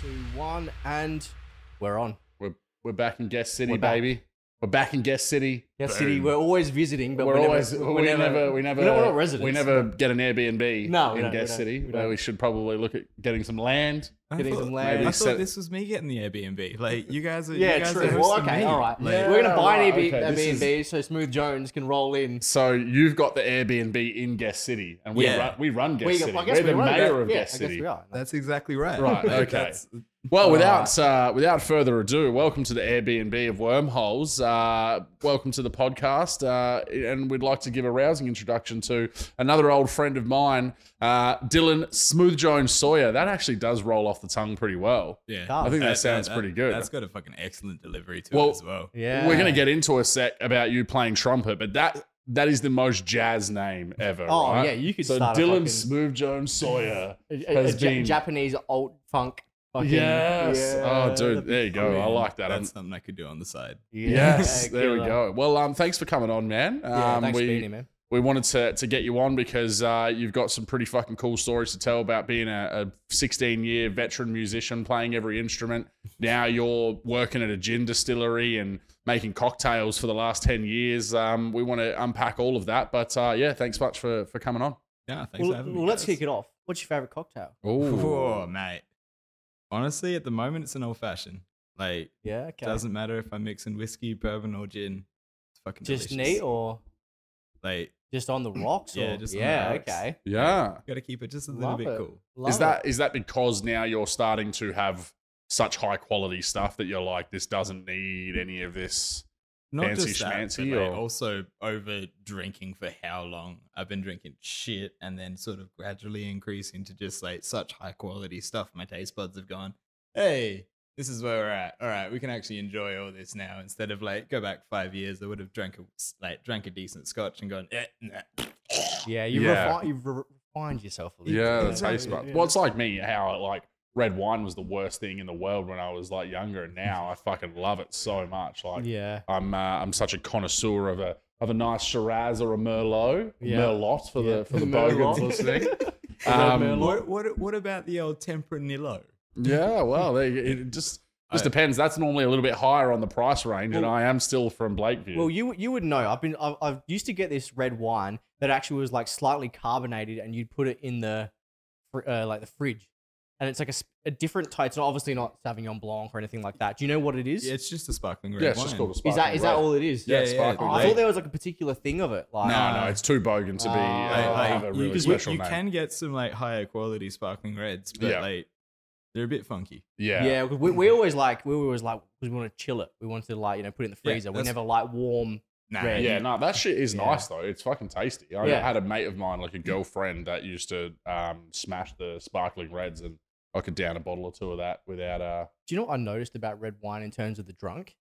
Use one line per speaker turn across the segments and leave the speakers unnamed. Two, one, and we're on.
We're we're back in Guest City,
We're back.
baby. We're back in Guest City.
Yes, City, we're always visiting, but
we're
we're, never-
always
we're
we never, we never
we're not all residents.
we never get an Airbnb
No, we
in
don't, we
Guest
don't,
City.
we
where
don't.
we should probably look at getting some land.
I Getting some
maybe
land.
I
set-
thought this was me getting the Airbnb. Like you guys are. you
Yeah,
guys
true.
Are hosting
Well, okay,
me.
all right.
Like,
Yeah.
We're gonna buy an
right,
Airbnb,
okay, this
Airbnb so Smooth Jones can roll in.
So you've got the Airbnb in Guest City, and we
Yeah.
run, we run Guest
We-
City.
well, I guess
We're the
we were,
mayor
yeah,
of
yeah,
Guest
I guess
City.
we are.
That's exactly right.
Right,
Like,
okay.
that's-
Well,
All
without uh, without further ado, welcome to the Airbnb of Wormholes. Uh, welcome to the podcast, uh, and we'd like to give a rousing introduction to another old friend of mine, uh, Dylan Smooth Jones Sawyer. That actually does roll off the tongue pretty well.
yeah.
I
I think that,
That-
sounds
that-
pretty good.
That's got a fucking excellent delivery to
Well,
it as well.
Yeah,
We're going to get into a sec about you playing trumpet, but that that is the most jazz name ever.
Oh
right?
yeah, you could
So
start
Dylan
a
Smooth Jones Sawyer.
fucking, a, a,
has
Ja-
been-
Japanese alt funk. Fucking,
Yes.
Yeah,
oh, dude,
that'd be
there you go.
mean,
I like that. I'm-
That's something I could do on the side.
Yeah,
Yes, there we
killer.
go. Well, um, thanks for coming on, man. Um,
Yeah, thanks
we
for being here, man.
we wanted to to get you on because uh, you've got some pretty fucking cool stories to tell about being a, a 16 year veteran musician playing every instrument. Now you're working at a gin distillery and making cocktails for the last 10 years. Um, we want to unpack all of that, but uh, yeah, thanks much for for coming on.
Yeah, thanks
Well,
for having me.
well, let's
guys.
kick it off. What's your favorite cocktail?
Oh, mate. Honestly, at the moment, it's an old fashioned. Like,
Yeah, okay.
doesn't matter if I'm mixing whiskey, bourbon, or gin. It's fucking
just
delicious.
neat or
Like,
just on the rocks?
Yeah,
or,
just on the
yeah.
rocks.
okay.
yeah.
gotta keep it just a little
Love
bit
it.
cool.
Love
is
it.
that is that because now you're starting to have such high quality stuff that you're like this doesn't need any of this
Not
Fancy
just that,
schmancy
but like,
or-
also over drinking for how long? I've been drinking shit and then sort of gradually increasing to just like such high quality stuff. My taste buds have gone, hey, this is where we're at. All right, we can actually enjoy all this now instead of like go back five years. I would have drank a like drank a decent scotch and gone, eh, nah.
Yeah, you
Yeah.
Refi- you've re- refined yourself a little.
Yeah,
bit.
the taste buds. Well, it's like me, how like red wine was the worst thing in the world when I was like younger, and now I fucking love it so much. Like
yeah,
I'm, uh, I'm such a connoisseur of a of a nice Shiraz or a Merlot,
Yeah.
Merlot for
yeah.
the for the
Merlot.
bogans listening.
The red
Um,
Merlot.
What, what what about the old Tempranillo?
Yeah, well, there you, it just just
I-
depends. That's normally a little bit higher on the price range, and
Well-
I am still from Blakeview.
Well, you you would know. I've been I've, I've used to get this red wine that actually was like slightly carbonated, and you'd put it in the fr- uh, like the fridge, and it's like a, s- a different type. It's not, obviously not Sauvignon Blanc or anything like that. Do you know what it is?
Yeah, it's just a sparkling red
yeah, it's
wine.
just called a
is that
sparkling
is that
red.
all it is?
Yeah,
Yeah,
it's
yeah,
Oh,
sparkling
I
red.
thought there was like a particular thing of it. Like,
No.
no, no, it's too bogan to be.
Ah.
uh,
like,
have a
like,
really
you,
special
you
name.
can get some like higher quality sparkling reds, but
Yeah.
like they're a bit funky.
yeah,
yeah, 'cause we, we always like we were always like 'cause we want to chill it. We wanted to like you know put it in the
Yeah,
freezer. we
that's-
never like warm.
Nah,
Red.
Yeah, no, that shit is
Yeah.
nice though. It's fucking tasty. I
Yeah.
had a mate of mine, like a girlfriend, that used to um, smash the sparkling reds, and I could down a bottle or two of that without. Uh,
Do you know what I noticed about red wine in terms of the drunk?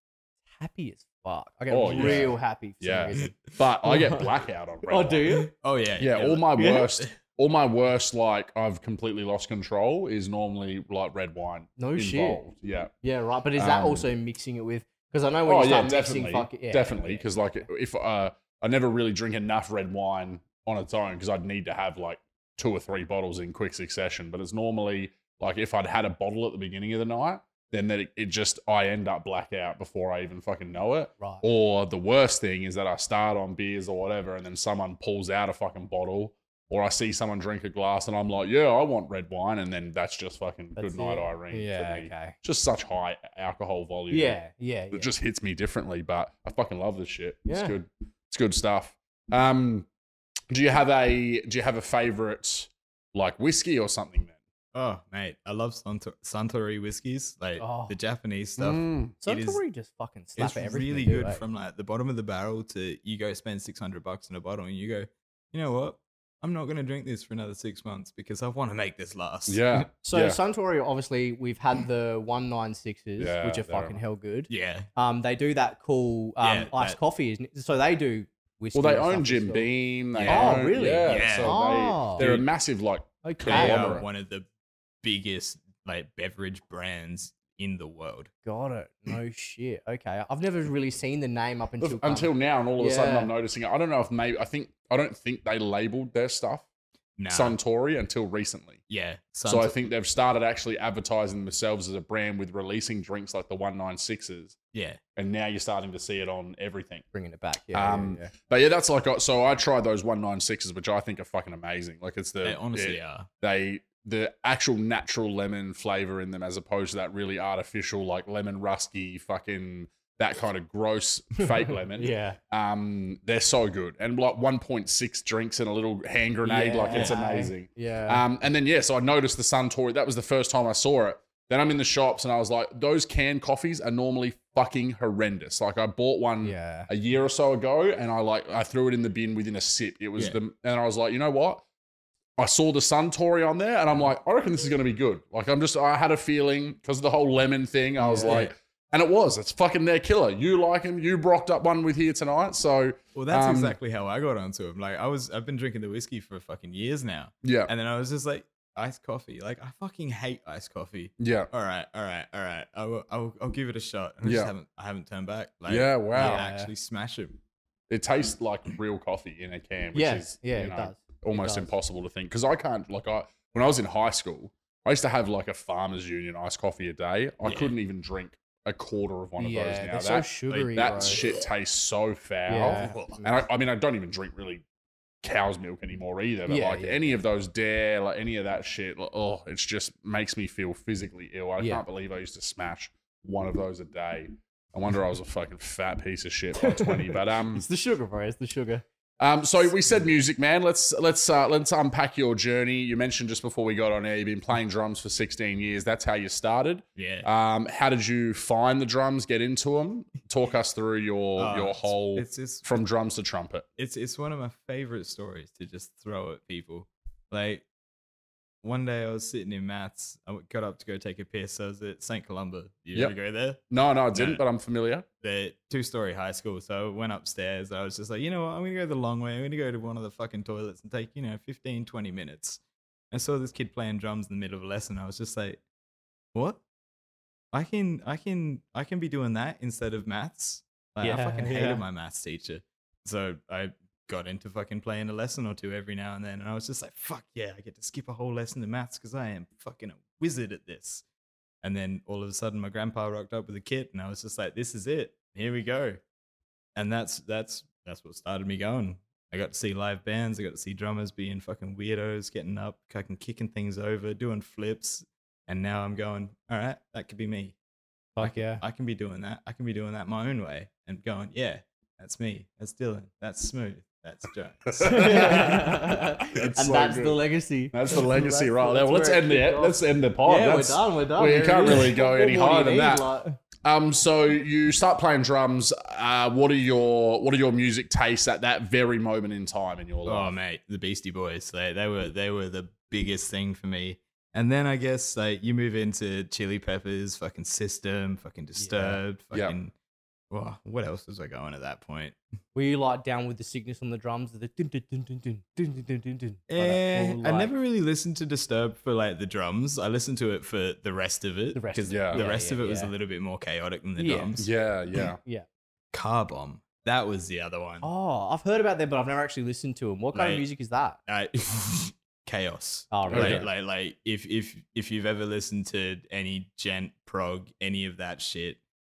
Happy as fuck. I get
Oh, yeah.
real happy. For
Yeah.
some reason.
but I get blackout on red.
Oh,
wine.
do you?
Oh yeah,
Yeah, all
like-
my
yeah.
worst, all my worst, like I've completely lost control is normally like red wine
No Oh, shit.
involved. Yeah.
Yeah, right. But is that
Um,
also mixing it with? Because I know when
Oh
you
yeah,
start mixing,
definitely,
fuck it, yeah,
definitely.
yeah.
Because like if uh, I never really drink enough red wine on its own, because I'd need to have like two or three bottles in quick succession. But it's normally like if I'd had a bottle at the beginning of the night, then that it, it just I end up blackout before I even fucking know it.
right.
Or the worst thing is that I start on beers or whatever, and then someone pulls out a fucking bottle. Or I see someone drink a glass and I'm like, yeah, I want red wine. And then that's just fucking
That's
good night,
it.
Irene. for
yeah,
me.
okay.
Just such high alcohol volume
Yeah, yeah, yeah.
it just hits me differently. But I fucking love this shit.
Yeah.
It's good. It's good stuff. Um, do you have a do you have a favorite like whiskey or something? Then
Oh mate, I love Santor- Santori whiskies, like
Oh.
the Japanese stuff.
Mm,
So
it is-
Suntory just fucking slap
It's
at everything.
really
they do,
good
eh?
from like the bottom of the barrel to you go spend six hundred bucks on a bottle, and you go, you know what? I'm not gonna drink this for another six months because I want to make this last.
Yeah,
So
Yeah.
Suntory, obviously, we've had the one nine sixes,
Yeah,
which are
they're-
fucking hell good.
yeah.
Um, they do that cool um
Yeah,
iced
that-
coffee, isn't it? So they do whiskey.
well, they
and stuff
own
as
Jim
well.
Beam. They
Yeah.
Oh,
own-
really?
Yeah.
Yeah.
So
Oh.
they, they're a massive like
Okay.
They
Yeah.
are one of the biggest like beverage brands in the world.
Got it. No shit. Okay. I've never really seen the name up until
until now, and all of a sudden
Yeah.
I'm noticing it. I don't know if maybe I think I don't think they labeled their stuff
Nah.
Suntory until recently.
yeah.
so I
Sunto-
think they've started actually advertising themselves as a brand with releasing drinks like the 196s,
yeah.
and now you're starting to see it on everything.
bringing it back. Yeah. yeah,
Um,
yeah.
But yeah, that's like so I tried those 196s, which I think are fucking amazing. Like it's the
They honestly
it-
are.
they the actual natural lemon flavor in them as opposed to that really artificial like lemon rusky fucking that kind of gross fake lemon.
Yeah.
Um, they're so good. And like 1.6 drinks and a little hand grenade, like it's
Yeah.
amazing.
Yeah.
Um, and then yeah, so I noticed the Suntory. That was the first time I saw it. Then I'm in the shops and I was like, those canned coffees are normally fucking horrendous. Like I bought one
yeah.
a year or so ago and I like I threw it in the bin within a sip. It was
Yeah.
the and I was like, you know what? I saw the Suntory on there and
Mm.
I'm like, I reckon this is gonna be good. Like I'm just I had a feeling because of the whole lemon thing. I was
Yeah.
like, and it was. It's fucking their killer. You like him. You brocked up one with here tonight. So
Well, that's
Um,
exactly how I got onto him. Like I was, I've been drinking the whiskey for fucking years now,
yeah,
and then I was just like, iced coffee. Like I fucking hate iced coffee.
yeah,
All right, all right, all right. I will, I will, I'll give it a shot. And I
Yeah.
just haven't, I haven't turned back. Like,
yeah.
I
Wow,
Yeah.
actually smash him.
it tastes like real coffee in a can, which
yeah.
is
yeah.
you
It
know,
does.
almost
does.
impossible to think because I can't like I when I was in high school, I used to have like a farmers union iced coffee a day. I
Yeah.
couldn't even drink a quarter of one of
yeah.
those now.
they're so
That,
sugary.
that
bro.
shit tastes so foul.
Yeah.
And I, I mean, I don't even drink really cow's milk anymore either. But
Yeah,
like
yeah,
any of those dare, like any of that shit, like, oh, it just makes me feel physically ill. I
Yeah.
can't believe I used to smash one of those a day. I wonder I was a fucking fat piece of shit by twenty. But um,
It's the sugar, bro. It's the sugar.
um, so we said music, man. Let's let's uh, let's unpack your journey. You mentioned just before we got on air, you've been playing drums for 16 years. That's how you started.
Yeah.
Um, how did you find the drums? Get into them. Talk us through your
Uh,
Oh, your
it's-
whole
It's just
from drums to trumpet.
it's it's one of my favorite stories to just throw at people. Like one day I was sitting in maths, I w- got up to go take a piss. I was at St. Columba. You
Yep.
ever go there?
No, no, I didn't,
No.
but I'm familiar.
The two story high school. So I went upstairs. I was just like, you know what? I'm going to go the long way. I'm going to go to one of the fucking toilets and take, you know, 15, 20 minutes. I saw this kid playing drums in the middle of a lesson. I was just like, what? I can, I can, I can be doing that instead of maths. Like, I
Yeah,
fucking
yeah.
hated my maths teacher. So I got into fucking playing a lesson or two every now and then. And I was just like, fuck yeah, I get to skip a whole lesson in maths because I am fucking a wizard at this. And then all of a sudden, my grandpa rocked up with a kit, and I was just like, this is it. Here we go. And that's, that's, that's what started me going. I got to see live bands. I got to see drummers being fucking weirdos, getting up, fucking kicking things over, doing flips. And now I'm going, all right, that could be me.
Fuck yeah.
I can be doing that. I can be doing that my own way and going, yeah, that's me. That's Dylan. That's Smooth. That's Jones.
and
so
that's
good.
the legacy.
That's the legacy
That's-
right there.
that's
Well, let's
where it
end the e,
kicked off.
let's end the pod.
yeah, we're
That's-
done. We're done.
well, you
There it
can't
is.
really go
What more do
any
you
higher than
need,
that.
like-
Um, so you start playing drums. Uh, what are your what are your music tastes at that very moment in time in your
Oh
life?
mate, the Beastie Boys. They they were they were the biggest thing for me. And then I guess like you move into Chili Peppers, fucking System, fucking Disturbed,
Yeah.
fucking. Well, what else was I going at that point?
Were you like down with the sickness on the drums? The dun dun dun dun dun dun dun dun dun dun. like that,
Eh,
or,
I
like-
never really listened to Disturbed for like the drums. I listened to it for the rest of it.
The rest
'cause
of
it. Yeah.
the
Yeah,
rest
yeah,
of it was a
yeah.
little bit more chaotic than the
Yeah.
drums.
Yeah, yeah.
Car Bomb. That was the other one.
Oh, I've heard about them, but I've never actually listened to them. What kind
Mate.
of music is that?
I- chaos.
Oh,
Okay.
really?
Like, like, like, if if if you've ever listened to any gent prog, any of that shit,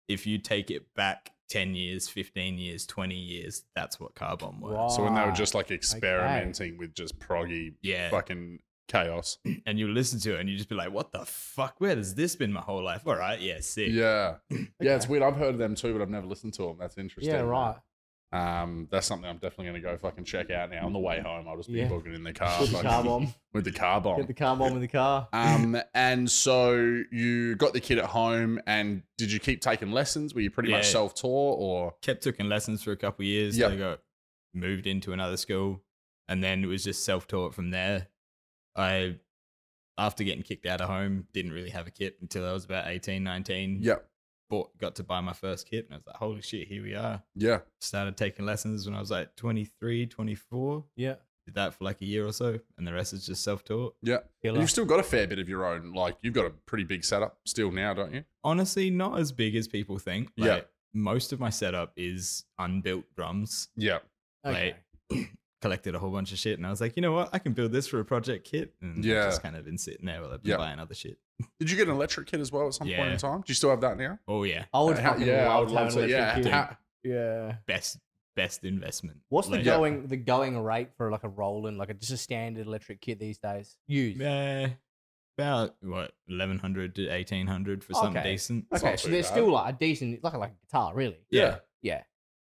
if you take it back ten years, fifteen years, twenty years, that's what car bomb was.
Right.
So when they were
Right.
just like experimenting with just proggy
Yeah,
fucking chaos.
and you listen to it and you just be like, "What the fuck? Where has this been my whole life?" All right, yeah, sick.
Yeah. Yeah, it's
Okay.
weird. I've heard of them too, but I've never listened to them. That's interesting.
Yeah, right.
Um, that's something I'm definitely going to go fucking check out now. On the way home, I'll just be
Yeah.
booking in the car.
Put the
fucking-
car bomb.
With the car uh, bomb.
Get the car bomb in the car.
um, and so you got the kid at home, and did you keep taking lessons? Were you pretty much
Yeah.
self taught or?
kept taking lessons for a couple of years.
Yeah.
I got moved into another school, and then it was just self taught from there. I, after getting kicked out of home, didn't really have a kit until I was about 18, 19.
Yep.
Bought, got to buy my first kit, and I was like, holy shit, here we are.
Yeah.
Started taking lessons when I was like 23, 24.
Yeah.
Did that for like a year or so, and the rest is just self taught.
Yeah. And
Killer.
you've still got a fair bit of your own. Like you've got a pretty big setup still now, don't you?
Honestly, not as big as people think. Like,
Yeah.
Most of my setup is unbuilt drums.
Yeah.
Okay.
Like, collected a whole bunch of shit, and I was like, you know what? I can build this for a project kit. And I've
Yeah.
Just kind of been sitting there while I've been
Yeah.
buying other shit.
Did you get an electric kit as well at some point
Yeah.
in time? Do you still have that now?
Oh yeah,
I would
Uh, how-
fucking
yeah, I
love
would
to
love
have an
to. Yeah.
electric
How,
kid. Yeah.
best best investment.
What's the
Like-
Yeah.
going the going rate for like a Roland, like a, just a standard electric kit these days? Used.
Uh, about what eleven hundred to eighteen hundred for something
Okay.
decent.
That's
Okay,
not
so
too
they're
bad.
still like a decent, like like a guitar, really.
Yeah.
Yeah,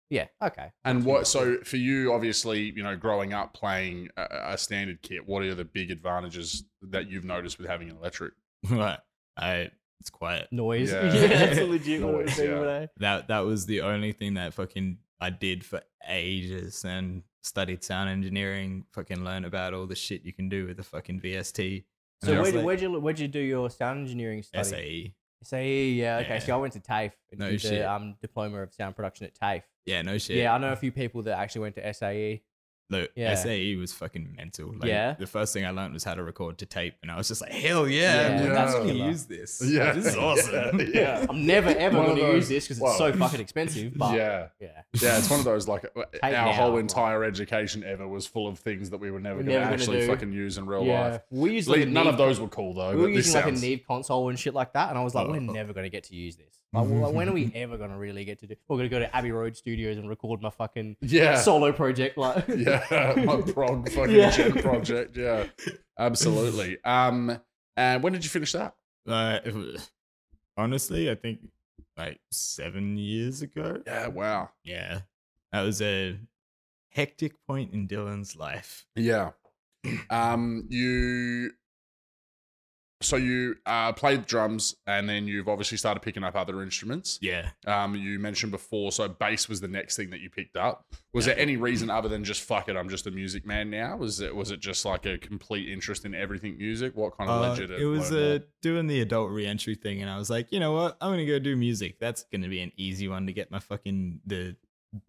yeah. Okay.
And what? So for you, obviously, you know, growing up playing a, a standard kit, what are the big advantages that you've noticed with having an electric?
Right. I it's quiet.
Noise.
Yeah.
that's legit. what
Noise,
they
yeah.
were.
That that was the only thing that fucking I did for ages and studied sound engineering, fucking learned about all the shit you can do with the fucking VST. And
So
I
where
was
did,
like, E.
where'd you where'd you do your sound engineering study?
SAE?
SAE, yeah. Okay,
Yeah.
so I went to TAFE. and
No
did
shit.
The, um, diploma of sound production at TAFE.
Yeah, no shit.
Yeah, I know a few people that actually went to E. SAE.
Look,
Yeah.
SAE E was fucking mental. Like,
Yeah.
The first thing I learned was how to record to tape, and I was just like, hell yeah,
Yeah,
yeah.
that's
that's gonna
killer.
use this.
Yeah.
this is awesome.
Yeah. Yeah.
I'm never ever
One
going
of
to use
those-
this because it's so
Whoa.
fucking expensive. But yeah,
yeah,
yeah.
yeah. It's one of those like uh, our
now,
whole
like-
entire education ever was full of things that we were never
We're
going to
never gonna
actually
do.
fucking use in real life.
We used
Le-
like a
None of
Neve-
those were cool though.
We were
but this
using like a
sounds- Uh-huh.
Neve console and shit like that, and I was like, we're
Oh.
never going to get to use this. Like,
Mm-hmm.
well, when are we ever going to really get to do? We're going to go to Abbey Road Studios and record my fucking
yeah.
solo project. Like,
yeah, my prog fucking
Yeah.
gen project. Yeah, absolutely. Um, and when did you finish that?
Uh, it was- honestly, I think like seven years ago.
Yeah, wow.
Yeah. That was a hectic point in Dylan's life.
Yeah. Um, you. So you uh, played drums, and then you've obviously started picking up other instruments.
Yeah.
Um, you mentioned before, so bass was the next thing that you picked up. Was there any reason other than just fuck it, I'm just a music man now? Was it was it just like a complete interest in everything music? What kind of
Uh,
legit?
it was uh, doing the adult reentry thing, and I was like, you know what? I'm gonna go do music. That's gonna be an easy one to get my fucking the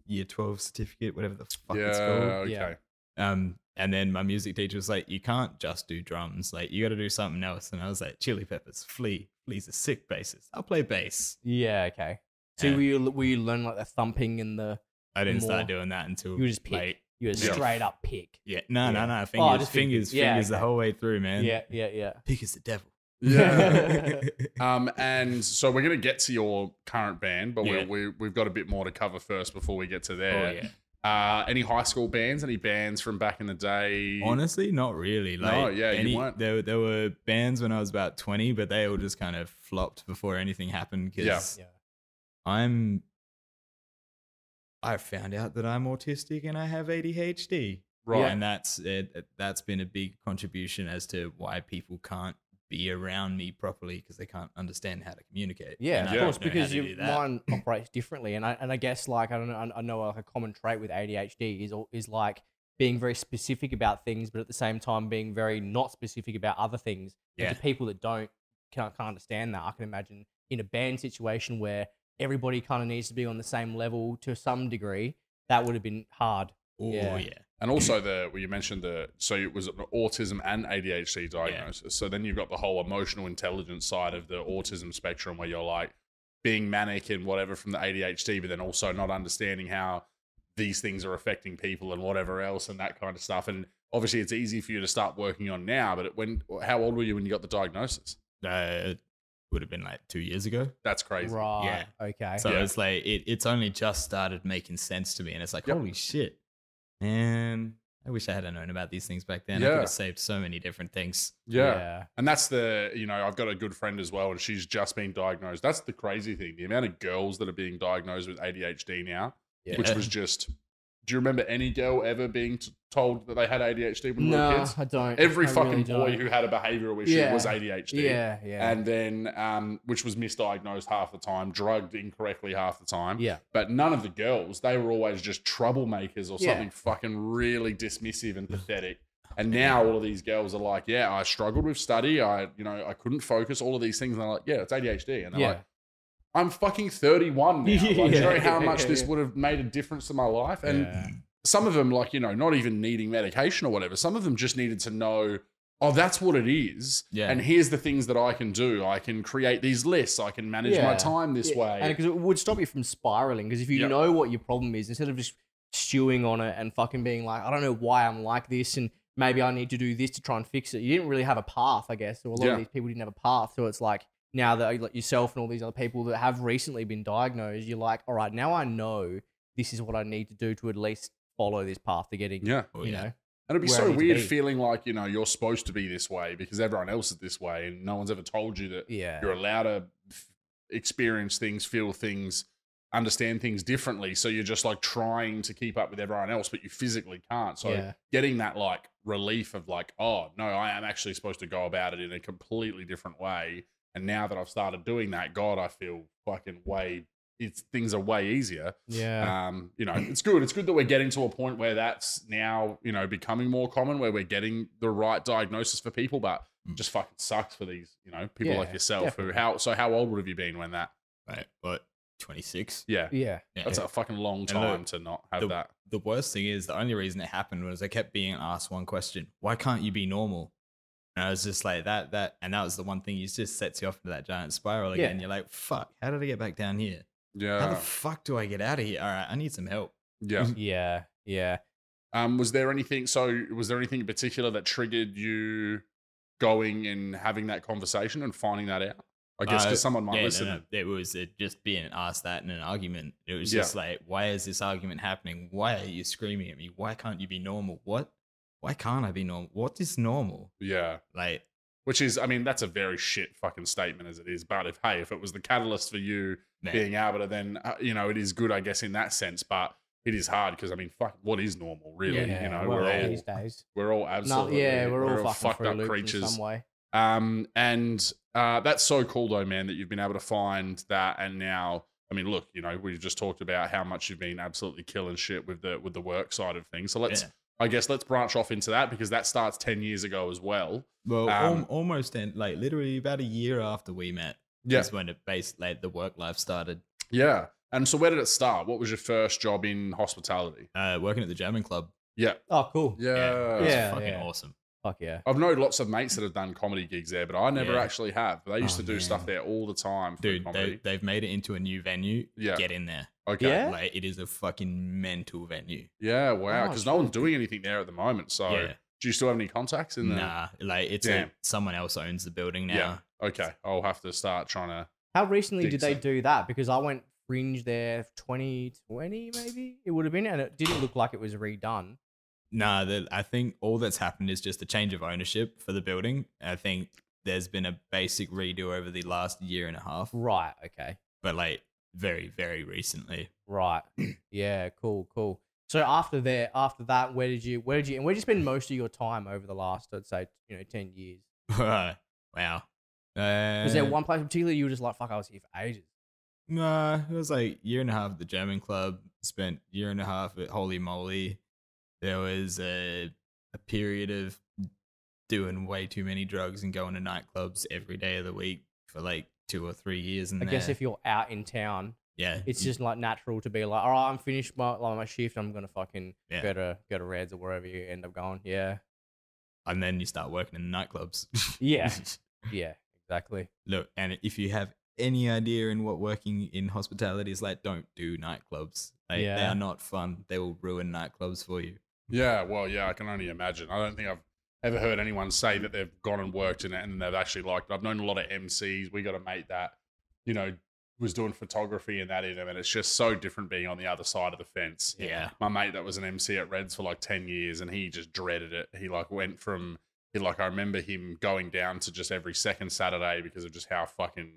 year 12 certificate, whatever the fuck
yeah,
it's called.
okay.
Yeah.
Um, and then my music teacher was like, "You can't just do drums. Like, you got to do something else." And I was like, "Chili Peppers, Flea, Flea's a sick bassist. I'll play bass."
yeah, okay. So
Yeah.
we you were you learn like the thumping and the
I didn't
More.
start doing that until
you were just pick
like,
you were
Yeah.
straight up pick.
yeah, no,
Yeah.
no, no, fingers,
Oh, just
fingers,
fingers. Yeah,
fingers the
okay.
whole way through, man.
Yeah, yeah, yeah.
pick is the devil. Oh,
Yeah. Um, and so we're going to get to your current band, but
Yeah.
we, we, we've got a bit more to cover first before we get to
Oh
there.
yeah.
Uh, any high school bands? Any bands from back in the day?
Honestly, not really. Like,
No, yeah, you
any,
weren't.
There, there were bands when I was about twenty, but they all just kind of flopped before anything happened. Because
Yeah.
Yeah.
I'm, I found out that I'm autistic and I have ADHD.
right?
and that's it, it- that's been a big contribution as to why people can't be around me properly because they can't understand how to communicate.
Yeah,
And
of
I
course,
don't know how
because
to
your
do that.
mind operates differently, and I and I guess like I don't know, I- I know like a common trait with ADHD is al- is like being very specific about things, but at the same time being very not specific about other things. And
Yeah.
to people that don't can't, can't understand that, I can imagine in a band situation where everybody kind of needs to be on the same level to some degree, that would have been hard.
Ooh,
yeah.
Oh, yeah.
And also the well, you mentioned the so it was an autism and ADHD diagnosis. So then you've got the whole emotional intelligence side of the autism spectrum, where you're like being manic and whatever from the ADHD, but then also not understanding how these things are affecting people and whatever else and that kind of stuff. And obviously, it's easy for you to start working on now. But it, when how old were you when you got the diagnosis?
Uh, would have been like two years ago.
That's crazy.
Right. Okay.
So
Yeah.
it's like it, it's only just started making sense to me, and it's like,
Yep.
holy shit, man! I wish I had known about these things back then. I
Yeah.
could have saved so many different things.
yeah. And that's the, you know, I've got a good friend as well, and she's just been diagnosed. That's the crazy thing. The amount of girls that are being diagnosed with ADHD now, which
Yeah.
was just, do you remember any girl ever being t- told that they had ADHD when we were
No,
kids?
I don't.
Every
I
fucking
really
boy
don't.
who had a behavioral issue
Yeah.
was ADHD.
Yeah. Yeah.
And then, um, which was misdiagnosed half the time, drugged incorrectly half the time.
yeah.
But none of the girls, they were always just troublemakers or
Yeah.
something fucking really dismissive and pathetic. And now all of these girls are like, yeah, I struggled with study. I, you know, I couldn't focus, all of these things. And they're like, yeah, it's ADHD. And they're
Yeah.
like, I'm fucking 31 now. Like, do you know
Yeah.
how much
Yeah,
this
yeah.
would have made a difference to my life? And
Mm,
yeah.
some of them, like, you know, not even needing medication or whatever, some of them just needed to know, oh, that's what it is.
Yeah.
And here's the things that I can do. I can create these lists. I can manage my
Yeah.
time this way.
And because it would stop you from spiraling. Because if you
Yep.
know what your problem is, instead of just stewing on it and fucking being like, I don't know why I'm like this and maybe I need to do this to try and fix it, you didn't really have a path, I guess. So a lot
Yeah.
of these people didn't have a path. So it's like now that like yourself and all these other people that have recently been diagnosed, you're like, all right, now I know this is what I need to do to at least follow this path to getting,
yeah.
Oh,
you
yeah.
know.
And it'd be
where I
so
need to
weird
be.
feeling like, you know, you're supposed to be this way because everyone else is this way and no one's ever told you that
Yeah.
you're allowed to f- experience things, feel things, understand things differently. So you're just like trying to keep up with everyone else, but you physically can't. So
yeah.
getting that like relief of like, oh, no, I am actually supposed to go about it in a completely different way. And now that I've started doing that, God, I feel fucking way, it's things are way easier.
Yeah.
Um, you know, it's good. It's good that we're getting to a point where that's now, you know, becoming more common, where we're getting the right diagnosis for people. But it
Mm.
just fucking sucks for these, you know, people like
Yeah,
yourself who how so how old would have you been when that?
Right. But 26.
Yeah,
yeah.
Yeah.
that's a fucking long
I know.
time to not have
The-
that.
the worst thing is the only reason it happened was I kept being asked one question: Why can't you be normal? And I was just like that, that, and that was the one thing you just sets you off into that giant spiral again.
Yeah.
You're like, fuck, how did I get back down here? How the
Yeah,
fuck do I get out of here? All right, I need some help.
yeah.
Yeah. Yeah.
Um, was there anything? So was there anything in particular that triggered you going and having that conversation and finding that out? I guess
Uh,
because someone might
Yeah, no,
listen.
no, It was uh just being asked that in an argument. It was
Yeah.
just like, why is this argument happening? Why are you screaming at me? Why can't you be normal? What? Why can't I be normal? What is normal?
Yeah.
Like,
Which is, I mean, that's a very shit fucking statement as it is. But if, hey, if it was the catalyst for you
man,
being able to, then, uh, you know, it is good, I guess, in that sense. But it is hard because, I mean, fuck, what is normal, really?
Yeah.
you know,
well,
we're all,
these days.
we're all
No,
absolutely,
yeah, we're all fucking
fucked
through
up
loops in
creatures.
some way.
Um, and uh, that's so cool, though, man, that you've been able to find that. And now, I mean, look, you know, we just talked about how much you've been absolutely killing shit with the with the work side of things. So let's,
Yeah.
I guess, let's branch off into that because that starts ten years ago as well.
well,
um,
al- almost, and like literally about a year after we met,
Yeah,
is when it base like the work life started.
Yeah. And so where did it start? What was your first job in hospitality?
Uh, working at the German club.
Yeah.
Oh, cool.
it was
Yeah,
fucking
yeah.
awesome.
Fuck yeah.
I've known lots of mates that have done comedy gigs there, but I never
Yeah.
actually have. They used
Oh,
to do
man.
stuff there all the time for
Dude,
comedy.
they, they've made it into a new venue.
yeah.
Get in there.
okay. Yeah.
Yeah?
Like it is a fucking mental venue.
wow.
Oh,
Because no one's doing anything there at the moment. So
yeah.
do you still have any contacts in there?
Nah. Like it's
Damn.
a, someone else owns the building now.
Yeah. Okay. I'll have to start trying to.
How recently
Think
did they
so.
do that? Because I went fringe there 2020, maybe it would have been, and it didn't look like it was redone.
Nah, the, I think all that's happened is just a change of ownership for the building. I think there's been a basic redo over the last year and a half,
Right. Okay.
but like very, very recently.
Right. yeah. Cool. Cool. So after there, after that, where did you, where did you, and where did you spend most of your time over the last, I'd say, you know, ten years?
wow. Uh,
Was
Uh,
there one place in particular you were just like, fuck, I was here for ages?
Nah, it was like year and a half at the German club. Spent year and a half at Holy Moly. There was a a period of doing way too many drugs and going to nightclubs every day of the week for like two or three years. And
I guess if you're out in town,
yeah,
it's just like natural to be like, all right, I'm finished my like my shift, I'm gonna fucking
Yeah.
go to go to Reds or wherever you end up going. Yeah.
and then you start working in the nightclubs.
Yeah. yeah. Exactly.
Look, and if you have any idea in what working in hospitality is like, don't do nightclubs. Like, They
Yeah.
are not fun. They will ruin nightclubs for you.
Yeah. Well, yeah. I can only imagine. I don't think I've ever heard anyone say that they've gone and worked in it and they've actually liked it. I've known a lot of MCs. We got a mate that, you know, was doing photography and that in him. And it's just so different being on the other side of the fence.
Yeah.
my mate that was an MC at Reds for like 10 years and he just dreaded it. He like went from he like I remember him going down to just every second Saturday because of just how fucking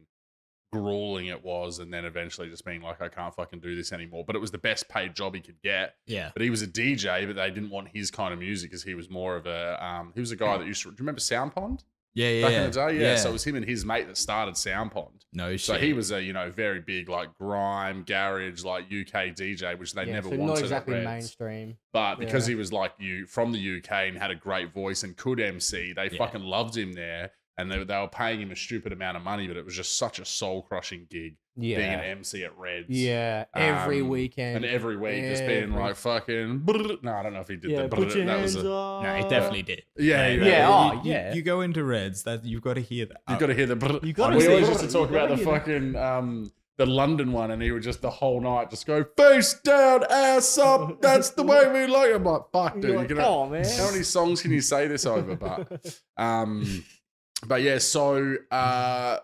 grueling it was and then eventually just being like I can't fucking do this anymore. But it was the best paid job he could get.
Yeah.
But he was a DJ, but they didn't want his kind of music because he was more of a um he was a guy that used to do you remember Soundpond
Yeah. Yeah.
back
yeah.
in the day? Yeah. So it was him and his mate that started Soundpond.
no shit.
So he was a, you know, very big like grime, garage, like UK DJ, which they
yeah,
never
so
wanted.
not
at
exactly
Reds.
mainstream.
But because
Yeah.
he was like you from the UK and had a great voice and could MC, they
Yeah.
fucking loved him there. and they, they were paying him a stupid amount of money, but it was just such a soul crushing gig being an
Yeah.
MC at Reds.
Yeah. Every
Um,
weekend.
And every week, just being
Every-
like fucking. brrr. No, I don't know if he did
yeah,
that, but
put your
that
hands
was a.
up.
No, it definitely did.
Yeah,
Like,
yeah,
that-
yeah.
you-
Oh,
you-
yeah.
You go into Reds. That you've got to hear that.
You
Uh,
got to hear the. brrr.
You gotta
we
see
always
it.
used to talk
You gotta
about the
hear that.
fucking um, the London one, and he would just the whole night just go face down, ass up. That's the way we like. it." I'm like, fuck,
You're
dude.
like, "Oh,
you
"Come
know,
on, man.
how many songs can you say this over? But um, but yeah. So uh,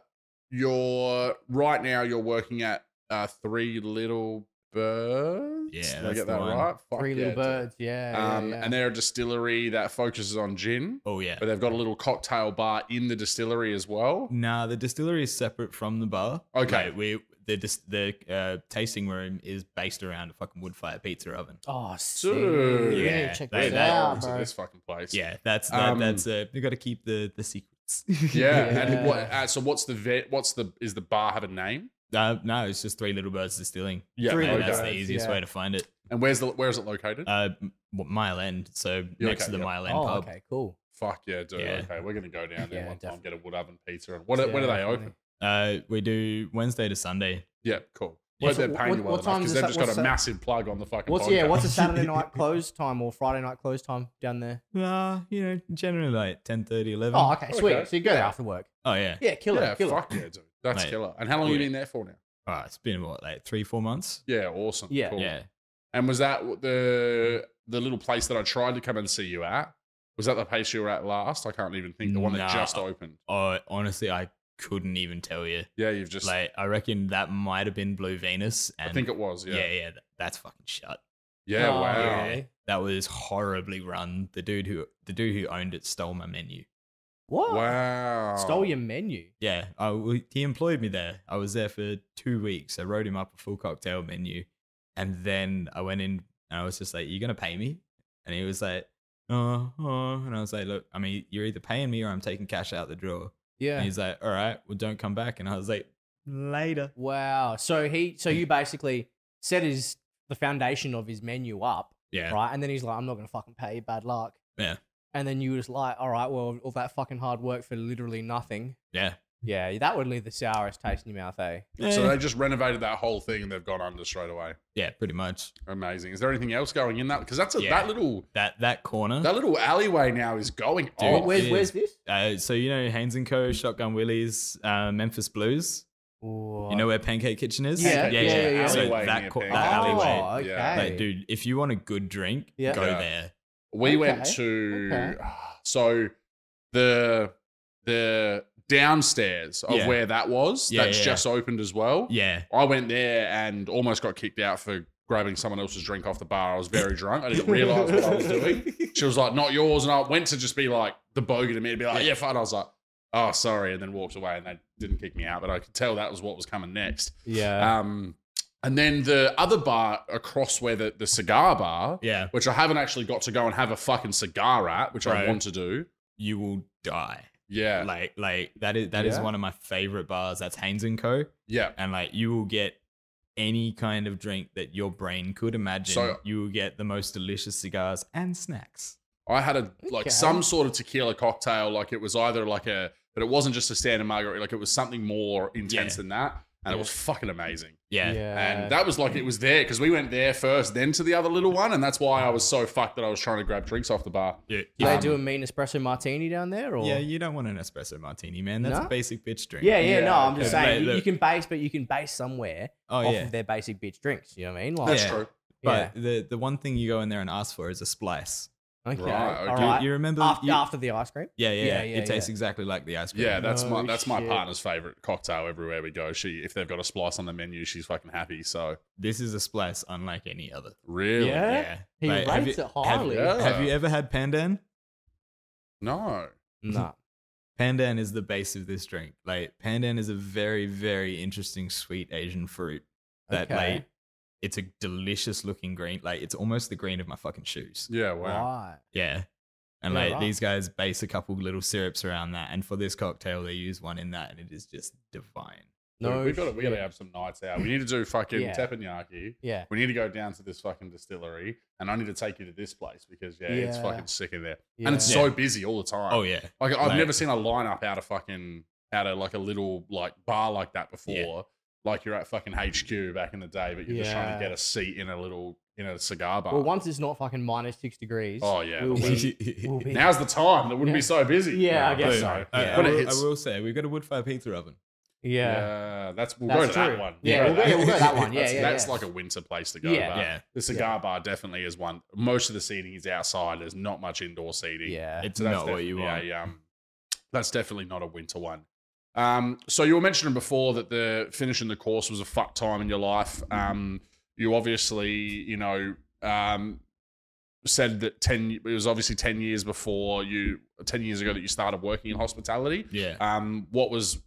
you're right now. You're working at uh, Three Little Birds.
Yeah,
Did I
that's
get
the
that
one.
right. Fuck
Three
yeah,
little
dude.
birds. Yeah. yeah,
Um,
yeah.
and they're a distillery that focuses on gin,
oh yeah.
but they've got a little cocktail bar in the distillery as well.
Nah, the distillery is separate from the bar.
Okay.
Like, we the dis- the uh, tasting room is based around a fucking wood fire pizza oven.
oh, sick.
Dude.
You
Yeah,
need to check
they-
this
they
out,
It's at
bro.
this fucking place.
Yeah, that's that,
Um,
that's uh, you got to keep the the secrets.
Yeah, and
Yeah.
what? Uh, so what's the vet? What's the? Is the bar have a name?
Uh, no, it's just three little birds distilling.
Yeah,
Three
And
Little
that's
Birds,
the easiest
yeah.
way to find it.
And where's the? Where is it located?
Uh, m- Mile End, so
Yeah,
next
okay,
to the
yeah.
Mile End
Oh,
pub.
okay, cool.
Fuck yeah, dude.
yeah.
Okay, we're gonna go down there
Yeah,
one time,
def-
get a wood oven pizza, and what? when are they open?
Uh, we do Wednesday to Sunday.
Yeah, cool.
Yeah.
Well, they're
What-
paying you
what-
well
what
enough
time's the
because they've
sa-
just got a
what's the-
massive plug on the fucking.
What's yeah?
podcast.
What's a Saturday night close time or Friday night close time down there?
Uh, you know, generally like 10, 11.
Oh, okay,
Okay,
sweet. So you go there
yeah.
after work.
Oh, yeah.
Yeah, kill
yeah,
it, kill
fuck
it.
yeah, dude. That's
Mate.
killer. And how long have you
Yeah.
been there for now?
Oh, it's been what, like three, four months?
Yeah, awesome.
Yeah.
cool.
Yeah.
And was that what the the little place that I tried to come and see you at? Was that the place you were at last? I can't even think. The one that
Nah.
just opened.
Oh, honestly, I couldn't even tell you.
Yeah, you've just.
Like, I reckon that might have been Blue Venus. And
I think it was.
yeah,
Yeah.
yeah,
Yeah.
th- that's fucking shut.
Oh,
wow.
yeah.
That was horribly run. The dude who the dude who owned it stole my menu.
What?
Wow.
Stole your menu.
Yeah, I w he employed me there. I was there for two weeks. I wrote him up a full cocktail menu, and then I went in and I was just like, "You gonna pay me?" And he was like, "Oh, oh," and I was like, "Look, I mean, you're either paying me or I'm taking cash out the drawer."
Yeah.
And he's like, "All right, well, don't come back." And I was like, "Later."
Wow. So he, so you basically set his the foundation of his menu up,
Yeah,
right? And then he's like, "I'm not gonna fucking pay you. Bad luck."
Yeah.
And then you was like, "All right, well, all that fucking hard work for literally nothing."
yeah.
Yeah, that would leave the sourest taste in your mouth, eh?
So
Eh,
they just renovated that whole thing and they've gone under straight away.
yeah, pretty much.
Amazing. Is there anything else going in that? Because that's a,
Yeah.
that little
That that corner.
that little alleyway now is going
Oh,
off.
where's
yeah.
where's this?
uh, so you know Haynes and Co, Shotgun Willie's, uh, Memphis Blues.
Ooh,
You know where Pancake Kitchen is?
Yeah, yeah, yeah, yeah.
So
Alleyway
that,
near
co- that
Pancake Kitchen.
alleyway.
Oh, okay.
Yeah.
Like, dude, if you want a good drink,
Yeah.
go
Yeah.
there.
We went
Okay,
to
okay.
so the the downstairs of
Yeah.
where that was
Yeah,
that's
yeah.
just opened as well.
Yeah.
I went there and almost got kicked out for grabbing someone else's drink off the bar. I was very drunk. I didn't realize what I was doing. She was like, "Not yours," and I went to just be like the bogan to me to be like, "Yeah, fine." I was like, "Oh, sorry," and then walked away, and they didn't kick me out, but I could tell that was what was coming next.
Uh,
Yeah.
Um, and then the other bar across where the, the cigar bar,
Yeah.
which I haven't actually got to go and have a fucking cigar at, which I
Right.
want to do.
You will die.
Yeah,
Like, like that is that is
Yeah.
one of my favorite bars. That's Haynes and Co.
yeah.
And like you will get any kind of drink that your brain could imagine.
So-
you will get the most delicious cigars and snacks.
I had a like
Okay.
some sort of tequila cocktail. Like it was either like a, but it wasn't just a standard margarita. Like it was something more intense
Yeah. Uh,
than that, and it
Yeah.
was fucking amazing.
Yeah.
And that was like it was there because we went there first, then to the other little one, and that's why I was so fucked that I was trying to grab drinks off the bar.
Uh-huh. Yeah.
do they
um,
do a mean espresso martini down there, or
Yeah, you don't want an espresso martini, man. That's
No?
a basic bitch drink.
Yeah, yeah, no,
Yeah,
I'm just
okay.
saying
Like,
you, you
look-
can base, but you can base somewhere
Oh
off
yeah.
of their basic bitch drinks. You know what I mean? Like,
That's
Yeah.
true.
yeah,
But the the one thing you go in there and ask for is a splice.
okay,
Right, okay.
all
You-
right.
You, remember
after,
you-
after the ice cream,
Yeah, yeah,
Yeah,
yeah,
yeah,
It tastes
yeah.
exactly like the ice cream.
Yeah, that's my
No
that's my
shit.
partner's favorite cocktail everywhere we go. She if they've got a splice on the menu, she's fucking happy. So
this is a splice unlike any other.
really,
Yeah? he
Like, have
rates
you-
it highly.
Yeah.
Have you ever had pandan?
no,
Nah.
Pandan is the base of this drink. Like pandan is a very, very interesting sweet Asian fruit that
Okay.
like it's a delicious looking green. Like it's almost the green of my fucking shoes.
yeah, wow,
Right.
Yeah. And
Yeah,
like
right.
these guys base a couple little syrups around that. And for this cocktail, they use one in that, and it is just divine.
No,
we got to we got to
shit.
have some nights out. We need to do fucking
Yeah.
teppanyaki.
Yeah.
We need to go down to this fucking distillery, and I need to take you to this place because yeah, it's
Yeah.
fucking sick in there,
yeah.
and it's so busy all the time.
Oh yeah,
Like I've
Like-
never seen a lineup out of fucking out of like a little like bar like that before.
Yeah.
Like you're at fucking HQ back in the day, but you're just trying to
Yeah.
get a seat in a little in a cigar bar.
Well, once it's not fucking minus six degrees.
Oh, yeah.
We'll be, we'll be-
Now's the time. That wouldn't be
Yeah.
so busy.
Yeah, Uh, I guess
Boom.
so.
I,
Yeah.
I
When it
will, I
hits-
will say we've got a wood fire pizza oven.
yeah.
Yeah, that's we'll go
That's
to that
true.
one.
Yeah,
We'll go to
we'll go to that one. Yeah,
that's,
yeah,
that's
yeah.
like a winter place to go.
Yeah.
but
yeah,
the cigar bar definitely is one. Most of the seating is outside. There's not much indoor seating.
Yeah.
it's
So that's
not what you want.
definitely a, um, that's definitely not a winter one. Um, so you were mentioning before that the finishing the course was a fuck time in your life. Um, you obviously, you know, um, said that ten. It was obviously ten years before you, ten years ago that you started working in hospitality.
Yeah.
Um, what was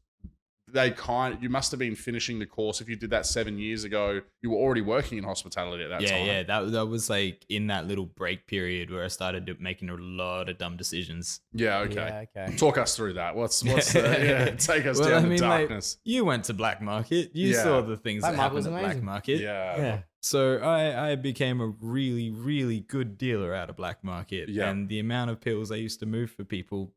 they kind? You must have been finishing the course if you did that seven years ago. You were already working in hospitality at that
yeah,
time.
yeah. That that was like in that little break period where I started do- making a lot of dumb decisions.
yeah. Okay.
Yeah, okay.
Talk us through that. What's what's the, yeah, take us
Well,
down
I
the
mean, like,
darkness.
You went to black market. You
Yeah.
saw the things
Black
that
market was
happened at black
amazing.
market.
yeah.
yeah.
So I I became a really really good dealer out of black market.
Yeah.
And the amount of pills I used to move for people.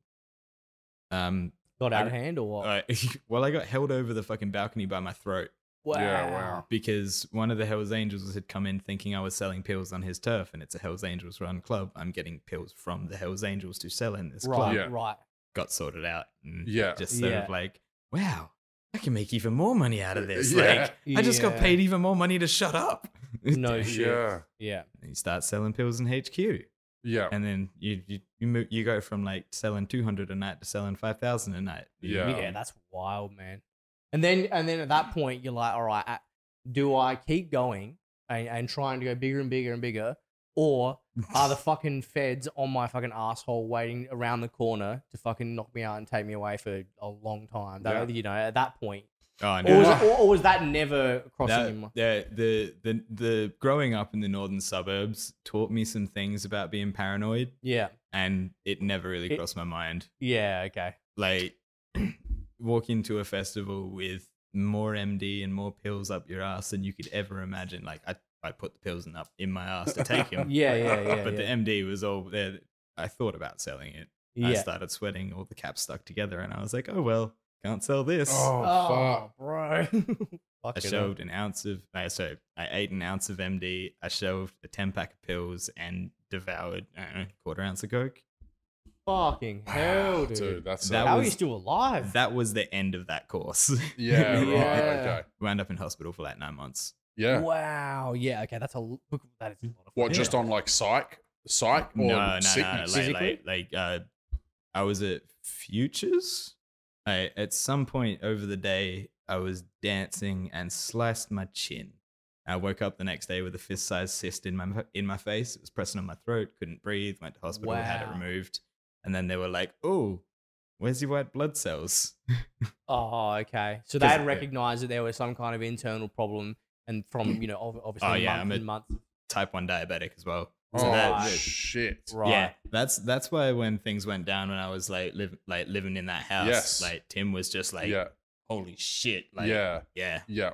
Um.
Got out
I-
of hand or what?
I, well, I got held over the fucking balcony by my throat.
wow.
Yeah, wow.
because one of the Hells Angels had come in thinking I was selling pills on his turf, and it's a Hells Angels run club. I'm getting pills from the Hells Angels to sell in this
Right,
club.
Yeah.
right.
Got sorted out, and
Yeah.
just sort
Yeah.
of like, wow, I can make even more money out of this.
Yeah.
Like, I just got
Yeah.
paid even more money to shut up.
No shit.
Yeah.
Yeah.
And you start selling pills in HQ,
Yeah.
and then you you you, move, you go from like selling 200 a night to selling 5,000 a night.
Yeah.
Yeah, that's wild, man. And then and then at that point you're like, all right, uh, do I keep going and, and trying to go bigger and bigger and bigger, or are the fucking feds on my fucking asshole waiting around the corner to fucking knock me out and take me away for a long time? That, You know, at that point,
Oh, I
or
know.
was, or, or was that never crossing your mind?
that, the, the the the growing up in the northern suburbs taught me some things about being paranoid
Yeah,
and it never really
It-
crossed my mind
yeah, okay,
like walk into a festival with more md and more pills up your ass than you could ever imagine like i, I put the pills in, up in my ass to take them
yeah, yeah, yeah.
but
yeah.
the md was all there i thought about selling it i
yeah.
started sweating all the caps stuck together and i was like oh well can't sell
Oh,
this
Oh, bro.
I
Fucking hell.
shoved an ounce of, I so I ate an ounce of MD. I shoved a ten pack of pills and devoured I don't know, quarter ounce of coke.
Fucking hell, dude.
that's
That
How are
was-
you still alive?
That was the end of that course.
yeah, right,
Yeah.
okay,
Wound up in hospital for like nine months.
yeah.
Wow. Yeah. Okay. That's a l- look, that is a lot of
What
fucking-
just on like psych, psych or
no, no, no,
sickness?
like
Physically?
like, like uh, I was at Futures. I at some point over the day I was dancing and sliced my chin. I woke up the next day with a fist-sized cyst in my in my face. It was pressing on my throat. Couldn't breathe. Went to hospital. Had it
Wow.
removed. And then they were like, "Oh, where's your white blood cells?"
Oh, okay. So they had
Physically.
recognized that there was some kind of internal problem, and from you know ob- obviously
Oh, yeah,
month
I'm a-
and month.
Type one diabetic as well. So
oh
that-
shit!
Right.
Yeah, that's that's why when things went down when I was like live, like living in that house,
Yes.
like Tim was just like,
yeah,
"Holy shit!" Like,
yeah,
yeah,
yeah.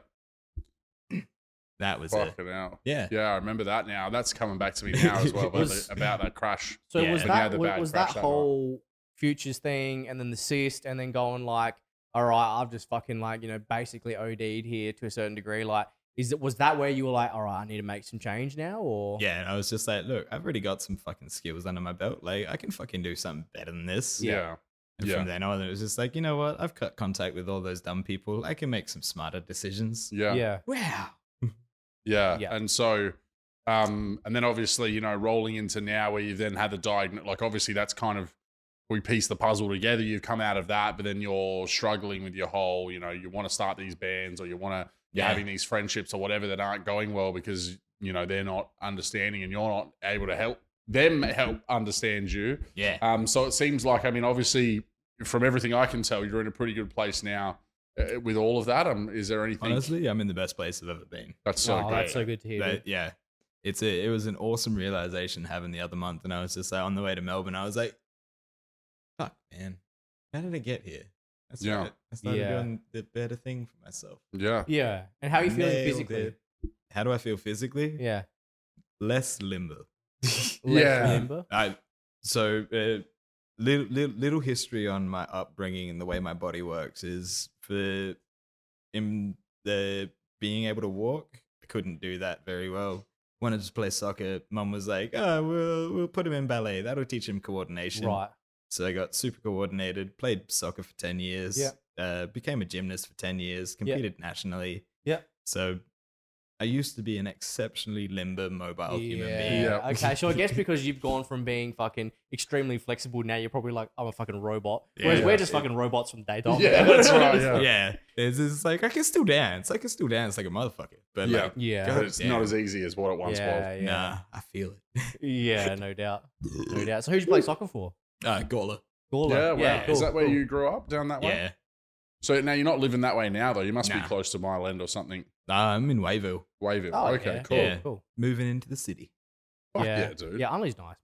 That was it.
Fucking hell.
Yeah.
Yeah, I remember that now. That's coming back to me now as well about,
Was-
the- about that crash.
So
Yeah.
was
When you
that
had the
was,
bad
was
crash
that
that night.
whole futures thing, and then the cyst, and then going like, all right, I've just fucking like you know basically OD'd here to a certain degree. Like, is it was that where you were like, all right, I need to make some change now, or
Yeah, and I was just like, look, I've already got some fucking skills under my belt. Like, I can fucking do something better than this.
Yeah.
And
yeah.
from then on, it was just like, you know what? I've cut contact with all those dumb people. I can make some smarter decisions.
Yeah. Yeah.
yeah,
Wow.
Yeah.
Yeah.
And so, um, and then obviously, you know, rolling into now where you've then had the diagnosis, like obviously that's kind of, we piece the puzzle together. You've come out of that, but then you're struggling with your whole, you know, you want to start these bands or you want to, you're
Yeah.
having these friendships or whatever that aren't going well because, you know, they're not understanding and you're not able to help them help understand you.
Yeah.
Um, so it seems like, I mean, obviously, from everything I can tell, you're in a pretty good place now uh, with all of that. Um, is there anything
Honestly, I'm in the best place I've ever been.
that's uh, so
oh,
great?
that's so good to hear.
But
dude.
yeah, it's a, it was an awesome realization having the other month. And I was just like, on the way to Melbourne, I was like, fuck, man, how did I get here? I
Yeah.
started, I started
Yeah.
doing the better thing for myself.
Yeah.
Yeah. And how are you feeling
Nailed
physically?
it. How do I feel physically?
Yeah.
Less limber.
Left
Yeah.
member?
I so uh, little, little little history on my upbringing and the way my body works is for in the being able to walk. I couldn't do that very well. Wanted to play soccer. Mum was like, "Oh, we'll we'll put him in ballet. That'll teach him coordination."
Right.
So I got super coordinated. Played soccer for ten years.
Yeah.
Uh, became a gymnast for ten years. Competed nationally.
Yeah.
So I used to be an exceptionally limber, mobile human being.
Yeah.
Yeah.
Okay. So I guess because you've gone from being fucking extremely flexible, now you're probably like, I'm a fucking robot. Whereas
Yeah.
we're just fucking robots from day dot.
Yeah, that's right.
yeah.
Yeah.
It's, it's like I can still dance. I can still dance like a motherfucker. But
Yeah.
like,
Yeah.
But it's not as easy as what it once
Yeah.
was.
Yeah.
nah, I feel it.
Yeah, No doubt. No doubt. So who'd you play soccer for?
Uh, Gawler.
Gawler.
Yeah, wow.
cool,
Is that where
cool.
you grew up? Down that way?
Yeah.
So now you're not living that way now, though. You must be
Nah.
close to Mile End or something.
Nah, I'm in Wayville,
Wave it.
Oh,
okay,
yeah.
cool.
Yeah.
Cool.
moving into the city.
Fuck
yeah.
yeah. dude.
Yeah. Unley's nice.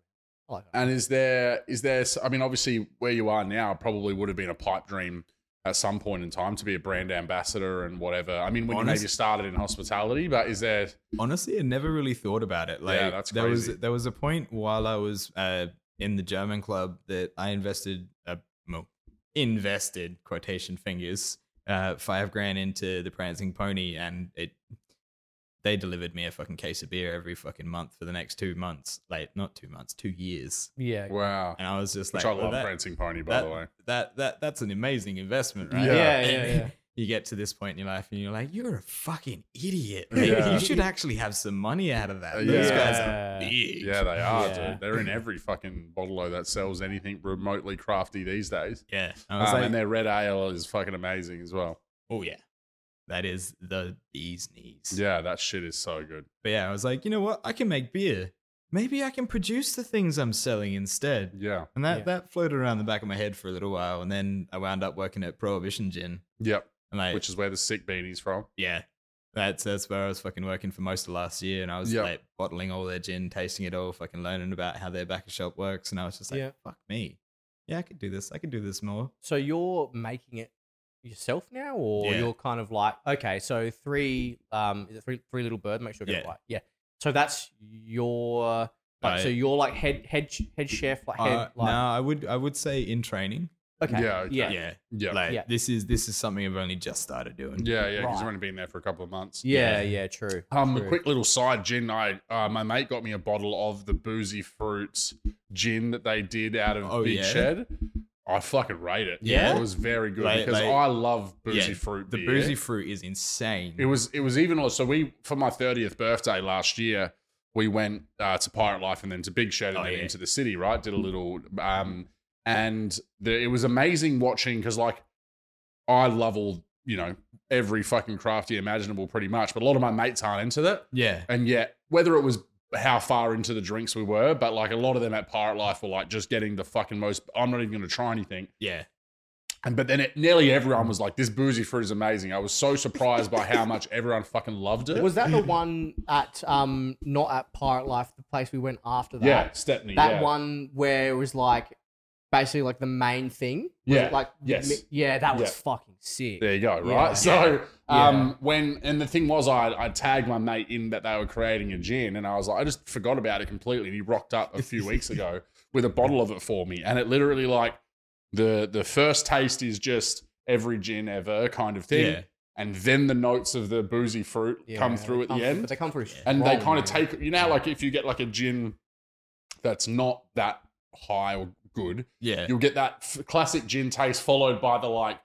I like her.
And is there, is there, s- I mean, obviously where you are now probably would have been a pipe dream at some point in time to be a brand ambassador and whatever. I mean, when you
Honest-
maybe started in hospitality, but is there,
Honestly, I never really thought about it. Like
Yeah, that's
there
crazy.
was there was a point while I was uh, in the German club that I invested uh, well, invested quotation fingers uh, five grand into the prancing pony, and it they delivered me a fucking case of beer every fucking month for the next two months. Like not two months, two years.
Yeah.
wow.
And I was just
Which
like,
I
well,
love
that,
Prancing Pony, by
that,
the way.
that that that's an amazing investment, right?
Yeah.
Yeah, yeah, yeah.
You get to this point in your life and you're like, you're a fucking idiot.
Yeah.
You should actually have some money out of that.
Yeah.
Those guys are
Yeah.
big.
Yeah, they are,
Yeah.
dude. They're in every fucking bottle that sells anything remotely crafty these days.
Yeah. I was
Um,
like,
and their red ale is fucking amazing as well.
oh yeah, that is the bee's knees.
Yeah, that shit is so good.
But yeah, I was like, you know what? I can make beer. Maybe I can produce the things I'm selling instead.
Yeah.
And that,
Yeah.
that floated around the back of my head for a little while. And then I wound up working at Prohibition Gin.
Yep.
And like,
Which is where the sick beanie's from.
yeah, that's that's where I was fucking working for most of last year, and I was
Yeah.
like bottling all their gin, tasting it all, fucking learning about how their back of shop works, and I was just like,
Yeah.
fuck me, yeah, I could do this, I could do this more.
So you're making it yourself now, or
Yeah.
you're kind of like okay, so three um is it three three little bird? Make sure I get it
Yeah.
right. Yeah. So that's your like,
I-
so you're like head head ch- head chef like head
Uh, no,
like
I would I would say in training,
okay
Yeah, okay.
yeah yeah
yeah,
Yeah.
like
Yeah.
this is this is something I've only just started doing.
yeah, yeah. Because
Right.
I've only been there for a couple of months.
yeah,
Yeah.
true.
Um, a
true.
quick little side gin. I uh, my mate got me a bottle of the boozy fruits gin that they did out of
Oh,
Big
yeah?
Shed. I fucking rate it.
Yeah?
it was very good
Like-
because
like-
I love boozy
Yeah,
fruit.
The
beer.
boozy fruit is insane.
It was it was even odd. So we for my thirtieth birthday last year, we went uh, to Pirate Life and then to Big Shed and
Oh,
then
yeah. Mm.
into the city. Right, did a little, um, and the, it was amazing watching because like I love all you know every fucking crafty imaginable pretty much, but a lot of my mates aren't into that,
yeah,
and yet whether it was how far into the drinks we were, but like a lot of them at Pirate Life were like just getting the fucking most. I'm not even going to try anything.
yeah,
And but then it, nearly everyone was like, "This boozy fruit is amazing." I was so surprised by how much everyone fucking loved it.
Was that the one at um not at Pirate Life, the place we went after that?
yeah, Stepney.
That
yeah.
one where it was like basically like the main thing. Was
Yeah,
It like
yes.
mi- yeah, that was
Yeah.
fucking sick.
There you go.
Yeah.
Right. So
Yeah.
um, when and the thing was, I I tagged my mate in that they were creating a gin, and I was like, I just forgot about it completely. And he rocked up a few weeks ago with a bottle of it for me, and it literally like the the first taste is just every gin ever kind of thing,
yeah.
and then the notes of the boozy fruit
Yeah, Um,
come
they
through at
come-
the end.
But they come through
and they
strong,
kind of
man.
take you know like if you get like a gin that's not that high or good
Yeah.
you'll get that f- classic gin taste followed by the like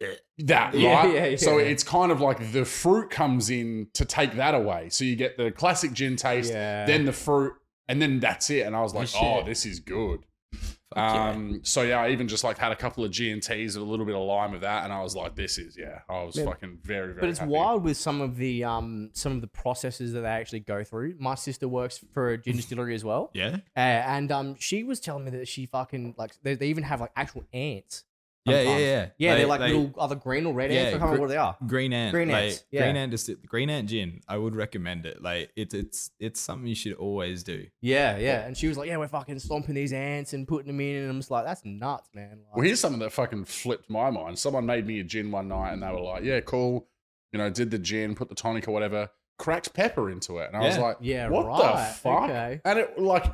Yeah.
that
Yeah,
right
yeah, yeah.
so it's kind of like the fruit comes in to take that away so you get the classic gin taste
Yeah.
then the fruit and then that's it and i was like
shit.
oh this is good
Fuck yeah.
um so yeah i even just like had a couple of g&t's and a little bit of lime of that and i was like this is yeah i was
Yeah.
fucking very very
but it's
happy.
wild with some of the um some of the processes that they actually go through. My sister works for a gin distillery as well,
yeah.
uh, and um she was telling me that she fucking like they, they even have like actual ants
Yeah, yeah,
sometimes.
yeah.
Yeah,
Like-
they're like,
like
little either green or red
Yeah,
ants. I can't remember
gr-
what they are.
green ant.
Green
Green
ants,
ant.
yeah.
Green ant. Just green ant gin. I would recommend it. Like it's it's it's something you should always do.
Yeah, yeah. And she was like, "Yeah, we're fucking stomping these ants and putting them in," and I'm just like, "That's nuts, man." Like,
Well, here's something that fucking flipped my mind. Someone made me a gin one night and they were like, yeah, cool. You know, did the gin, put the tonic or whatever, cracked pepper into it. And I was
Yeah.
like,
yeah,
what
right.
the fuck?
Okay.
And it like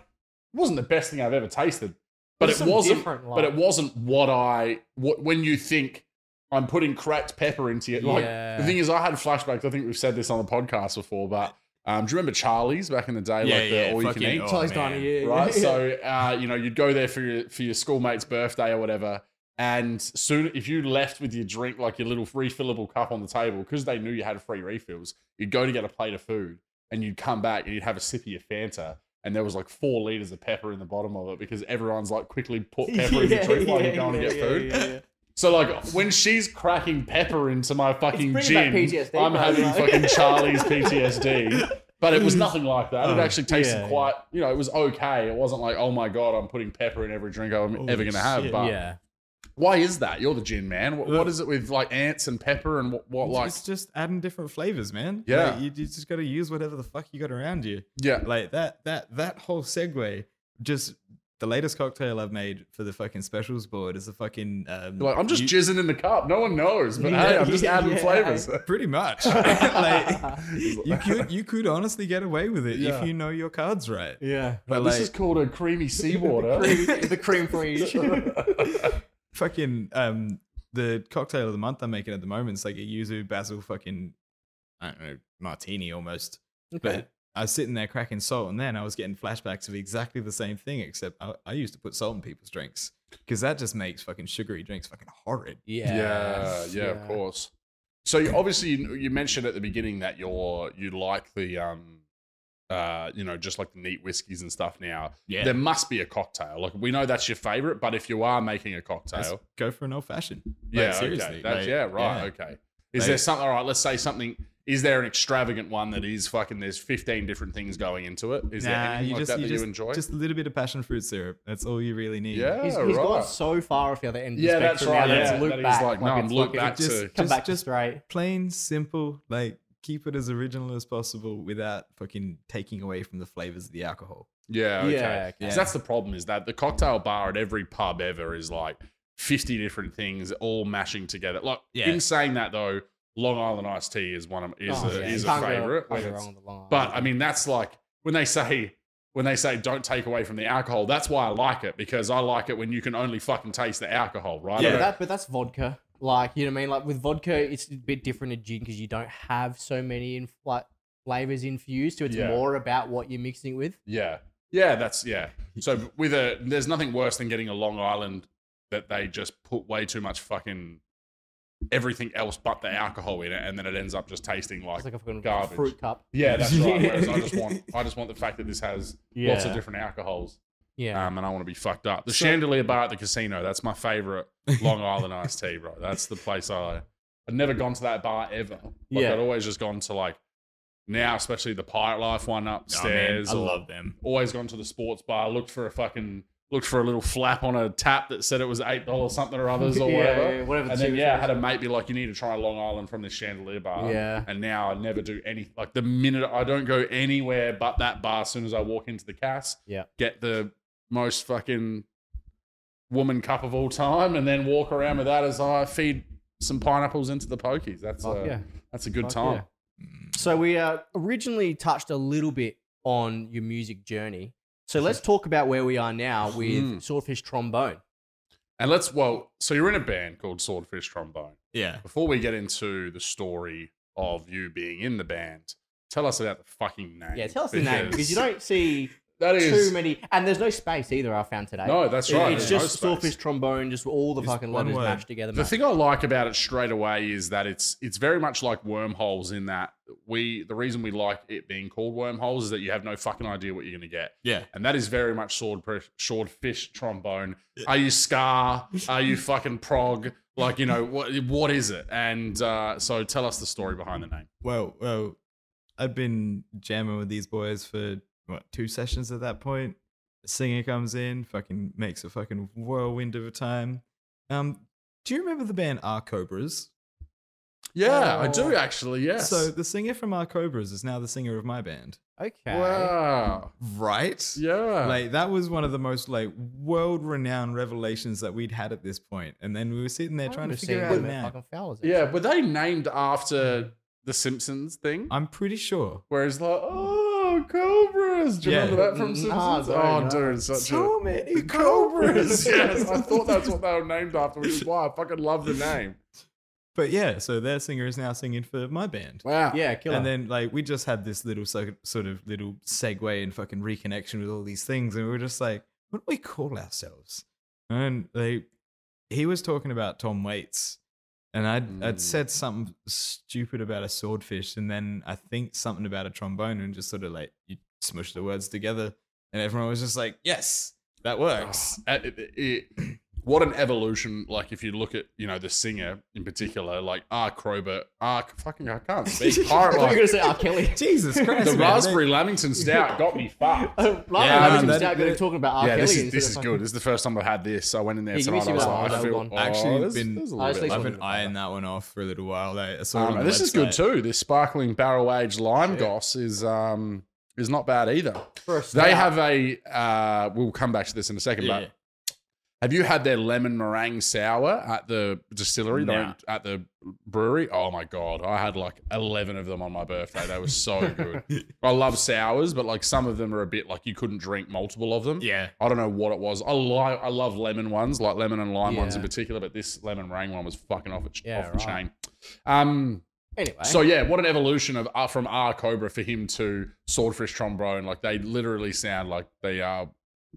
wasn't the best thing I've ever tasted, but
There's
it
some
wasn't.
different,
But it
like-
wasn't what I what when you think I'm putting cracked pepper into it. Like
Yeah.
the thing is, I had flashbacks. I think we've said this on the podcast before, but um, do you remember Charlie's back in the day? like the all you can
fucking-
eat
oh,
Charlie's
man.
Diner, yeah, yeah,
right?
yeah.
So uh, you know, you'd go there for your for your schoolmate's birthday or whatever. And soon, if you left with your drink, like your little refillable cup on the table, because they knew you had free refills, you'd go to get a plate of food, and you'd come back and you'd have a sip of your Fanta, and there was like four liters of pepper in the bottom of it because everyone's like quickly put pepper in your drink while you're going to get food. So like when she's cracking pepper into my
bringing
fucking
back
gin,
PTSD,
I'm
bro,
having
like.
fucking Charlie's PTSD. But it was nothing like that. It
Oh,
actually tasted
yeah, yeah.
quite, you know, it was okay. It wasn't like, oh my god, I'm putting pepper in every drink I'm
Holy
ever gonna have.
shit.
But
yeah.
why is that? You're the gin man. What, what is it with like ants and pepper and what, what
It's-
like?
it's just adding different flavors, man.
Yeah.
Like, you, you just got to use whatever the fuck you got around you.
Yeah,
Like that that that whole segue. Just the latest cocktail I've made for the fucking specials board is a fucking. Um,
You're like I'm just
you-
jizzing in the cup. No one knows, but
Yeah,
hey, I'm just
yeah,
adding
yeah.
flavors.
pretty much. like, you could you could honestly get away with it
Yeah.
if you know your cards right.
yeah.
But
this
like,
is called a creamy seawater.
Cream- the cream fridge.
fucking um the cocktail of the month I'm making at the moment is like a yuzu basil fucking I don't know martini almost.
okay.
But I was sitting there cracking salt, and then I was getting flashbacks of exactly the same thing, except I, I used to put salt in people's drinks because that just makes fucking sugary drinks fucking horrid.
Yeah.
yeah, yeah, of course. So you, obviously, you, you mentioned at the beginning that you're you like the um, uh, you know, just like the neat whiskeys and stuff. Now
Yeah,
there must be a cocktail. Like we know that's your favorite, but if you are making a cocktail,
Let's go for an old fashioned.
yeah, okay.
seriously,
That's,
like,
yeah, right, okay. Is
Like-
there something? All right, let's say something. Is there an extravagant one that is fucking? There's 15 different things going into it. Is there
Nah,
anything
you
like
just,
that
you
that
just,
you enjoy?
Just a little bit of passion fruit syrup. That's all you really need.
yeah,
He's, he's
right.
gone so far off the other end. Of
Yeah,
the
that's
spectrum
right,
Now that
yeah.
it's looped
That he's
back.
like, no, I'm
it's
looped
fucking-
back
Just-
to-
Come
just-
back to
just
straight.
plain, simple, like keep it as original as possible without fucking taking away from the flavors of the alcohol.
Yeah, okay.
Yeah,
'Cause
yeah.
that's the problem is that the cocktail bar at every pub ever is like 50 different things all mashing together. Like
Yeah.
in saying that though, Long Island iced tea is one of is
Oh,
a,
yeah,
is
you
a
can't go-
favorite.
can't
Like
go
it's-
wrong with the line.
but um, I mean that's like when they say when they say don't take away from the alcohol, that's why I like it because I like it when you can only fucking taste the alcohol, right? I
yeah,
don't-
but, that, but that's vodka. Like, you know what I mean? Like with vodka, it's a bit different to gin because you don't have so many in like flavors infused. So it's
Yeah.
more about what you're mixing it with.
Yeah. Yeah, that's yeah. So with a there's nothing worse than getting a Long Island that they just put way too much fucking everything else but the alcohol in it and then it ends up just tasting like,
It's like a fucking
garbage.
fruit cup.
Yeah, that's right. Whereas I just want I just want the fact that this has
Yeah.
lots of different alcohols.
Yeah.
Um and I want to be fucked up. The
So-
chandelier bar at the casino, that's my favorite Long Island iced tea, bro. That's the place I I'd never gone to that bar ever. Like
Yeah.
I'd always just gone to like now, especially the Pirate Life one upstairs.
Oh, I
or-
love them.
always gone to the sports bar, looked for a fucking looked for a little flap on a tap that said it was eight dollars something or others or
Yeah,
whatever.
yeah, whatever
And
the
then
cheapest
yeah, I
was.
had a mate be like, "You need to try Long Island from this chandelier bar."
Yeah.
And now I never do any like the minute I don't go anywhere but that bar. As soon as I walk into the Cass,
Yeah.
get the most fucking woman cup of all time, and then walk around with that as I feed some pineapples into the pokies. That's
Fuck
a,
yeah.
that's a good
Fuck
time.
yeah.
Mm,
So we uh, originally touched a little bit on your music journey. So let's talk about where we are now with
Hmm.
Swordfish Trombone.
And let's well, so you're in a band called Swordfish Trombone.
Yeah.
before we get into the story of you being in the band, tell us about the fucking name.
Yeah, tell us the name because you don't see
That is
too many, and there's no space either. I found today.
no, that's
It-
right.
it's
there's no
just
space.
Swordfish Trombone, just all the
Just
fucking
one
letters
word.
matched together.
The
mate.
thing I like about it straight away is that it's it's very much like wormholes in that we the reason we like it being called wormholes is that you have no fucking idea what you're gonna get.
Yeah.
And that is very much sword swordfish trombone. Are you Scar? Are you fucking prog? Like, you know, what what is it? And uh, so tell us the story behind the name.
Well, well, I've been jamming with these boys for what two sessions at that point. The singer comes in, fucking makes a fucking whirlwind of a time. Um, Do you remember the band R Cobras?
Yeah, I
Oh.
do actually. Yes.
So the singer from R Cobras is now the singer of my band.
Okay.
wow.
Right?
Yeah.
Like that was one of the most like world renowned revelations that we'd had at this point. And then we were sitting there
I
trying to
remember
figure
seeing
out
them
an
at
app.
Fucking Fowler's
yeah, but they named
Hmm.
after the Simpsons thing.
I'm pretty sure.
Whereas like, oh, cobras. Do you
Yeah.
remember that from
Mm,
Simpsons?
nah,
oh,
sorry, no.
dude, such a.
many
Cobras. yes, I thought that's what they were named after, which is why I fucking love the name.
But yeah, so their singer is now singing for my band.
Wow.
Yeah, killer.
And then like we just had this little so- sort of little segue and fucking reconnection with all these things, and we were just like, what do we call ourselves? And they, he was talking about Tom Waits, and I'd
Mm.
I'd said something stupid about a swordfish, and then I think something about a trombone, and just sort of like you smush the words together, and everyone was just like, yes, that works.
Uh, it- it- it- what an evolution! Like if you look at you know the singer in particular, like R. Crowbert, R. Fucking I can't speak.
I thought you were
Pirate
gonna say R. Kelly.
Jesus Christ!
the
man,
Raspberry Lamington Stout got me fucked.
Oh,
Yeah,
yeah,
no,
no,
that-
start
that-
talking about R.
yeah,
Kelly.
this is
instead
this
of
is
fucking-
good. This is the first time I've had this. I went in there
Yeah, you
tonight.
see
I was
that
like,
one,
I
that
feel
one.
oh,
Actually,
there's-
been-
there's a
I
little bit
actually
left.
I've
Thanks,
been
Robert.
eyeing that one off for a little while. I I saw it
Um,
on
and
the
this is good
website.
too. This sparkling barrel aged lime
Yeah.
goss is um is not bad either.
For a
They
start.
have a uh we'll come back to this in a second,
Yeah.
but Have you had their lemon meringue sour at the distillery, the-
Nah.
at the brewery? Oh my god, I had like eleven of them on my birthday. They were so good. I love sours, but like some of them are a bit like you couldn't drink multiple of them.
Yeah.
I don't know what it was. I like I love lemon ones, like lemon and lime ones in
Yeah.
particular, but this lemon meringue one was fucking off, it,
Yeah,
off the
right.
chain. Um,
Anyway.
so yeah, what an evolution of uh, from R Cobra for him to Swordfish Trombone. Like they literally sound like they are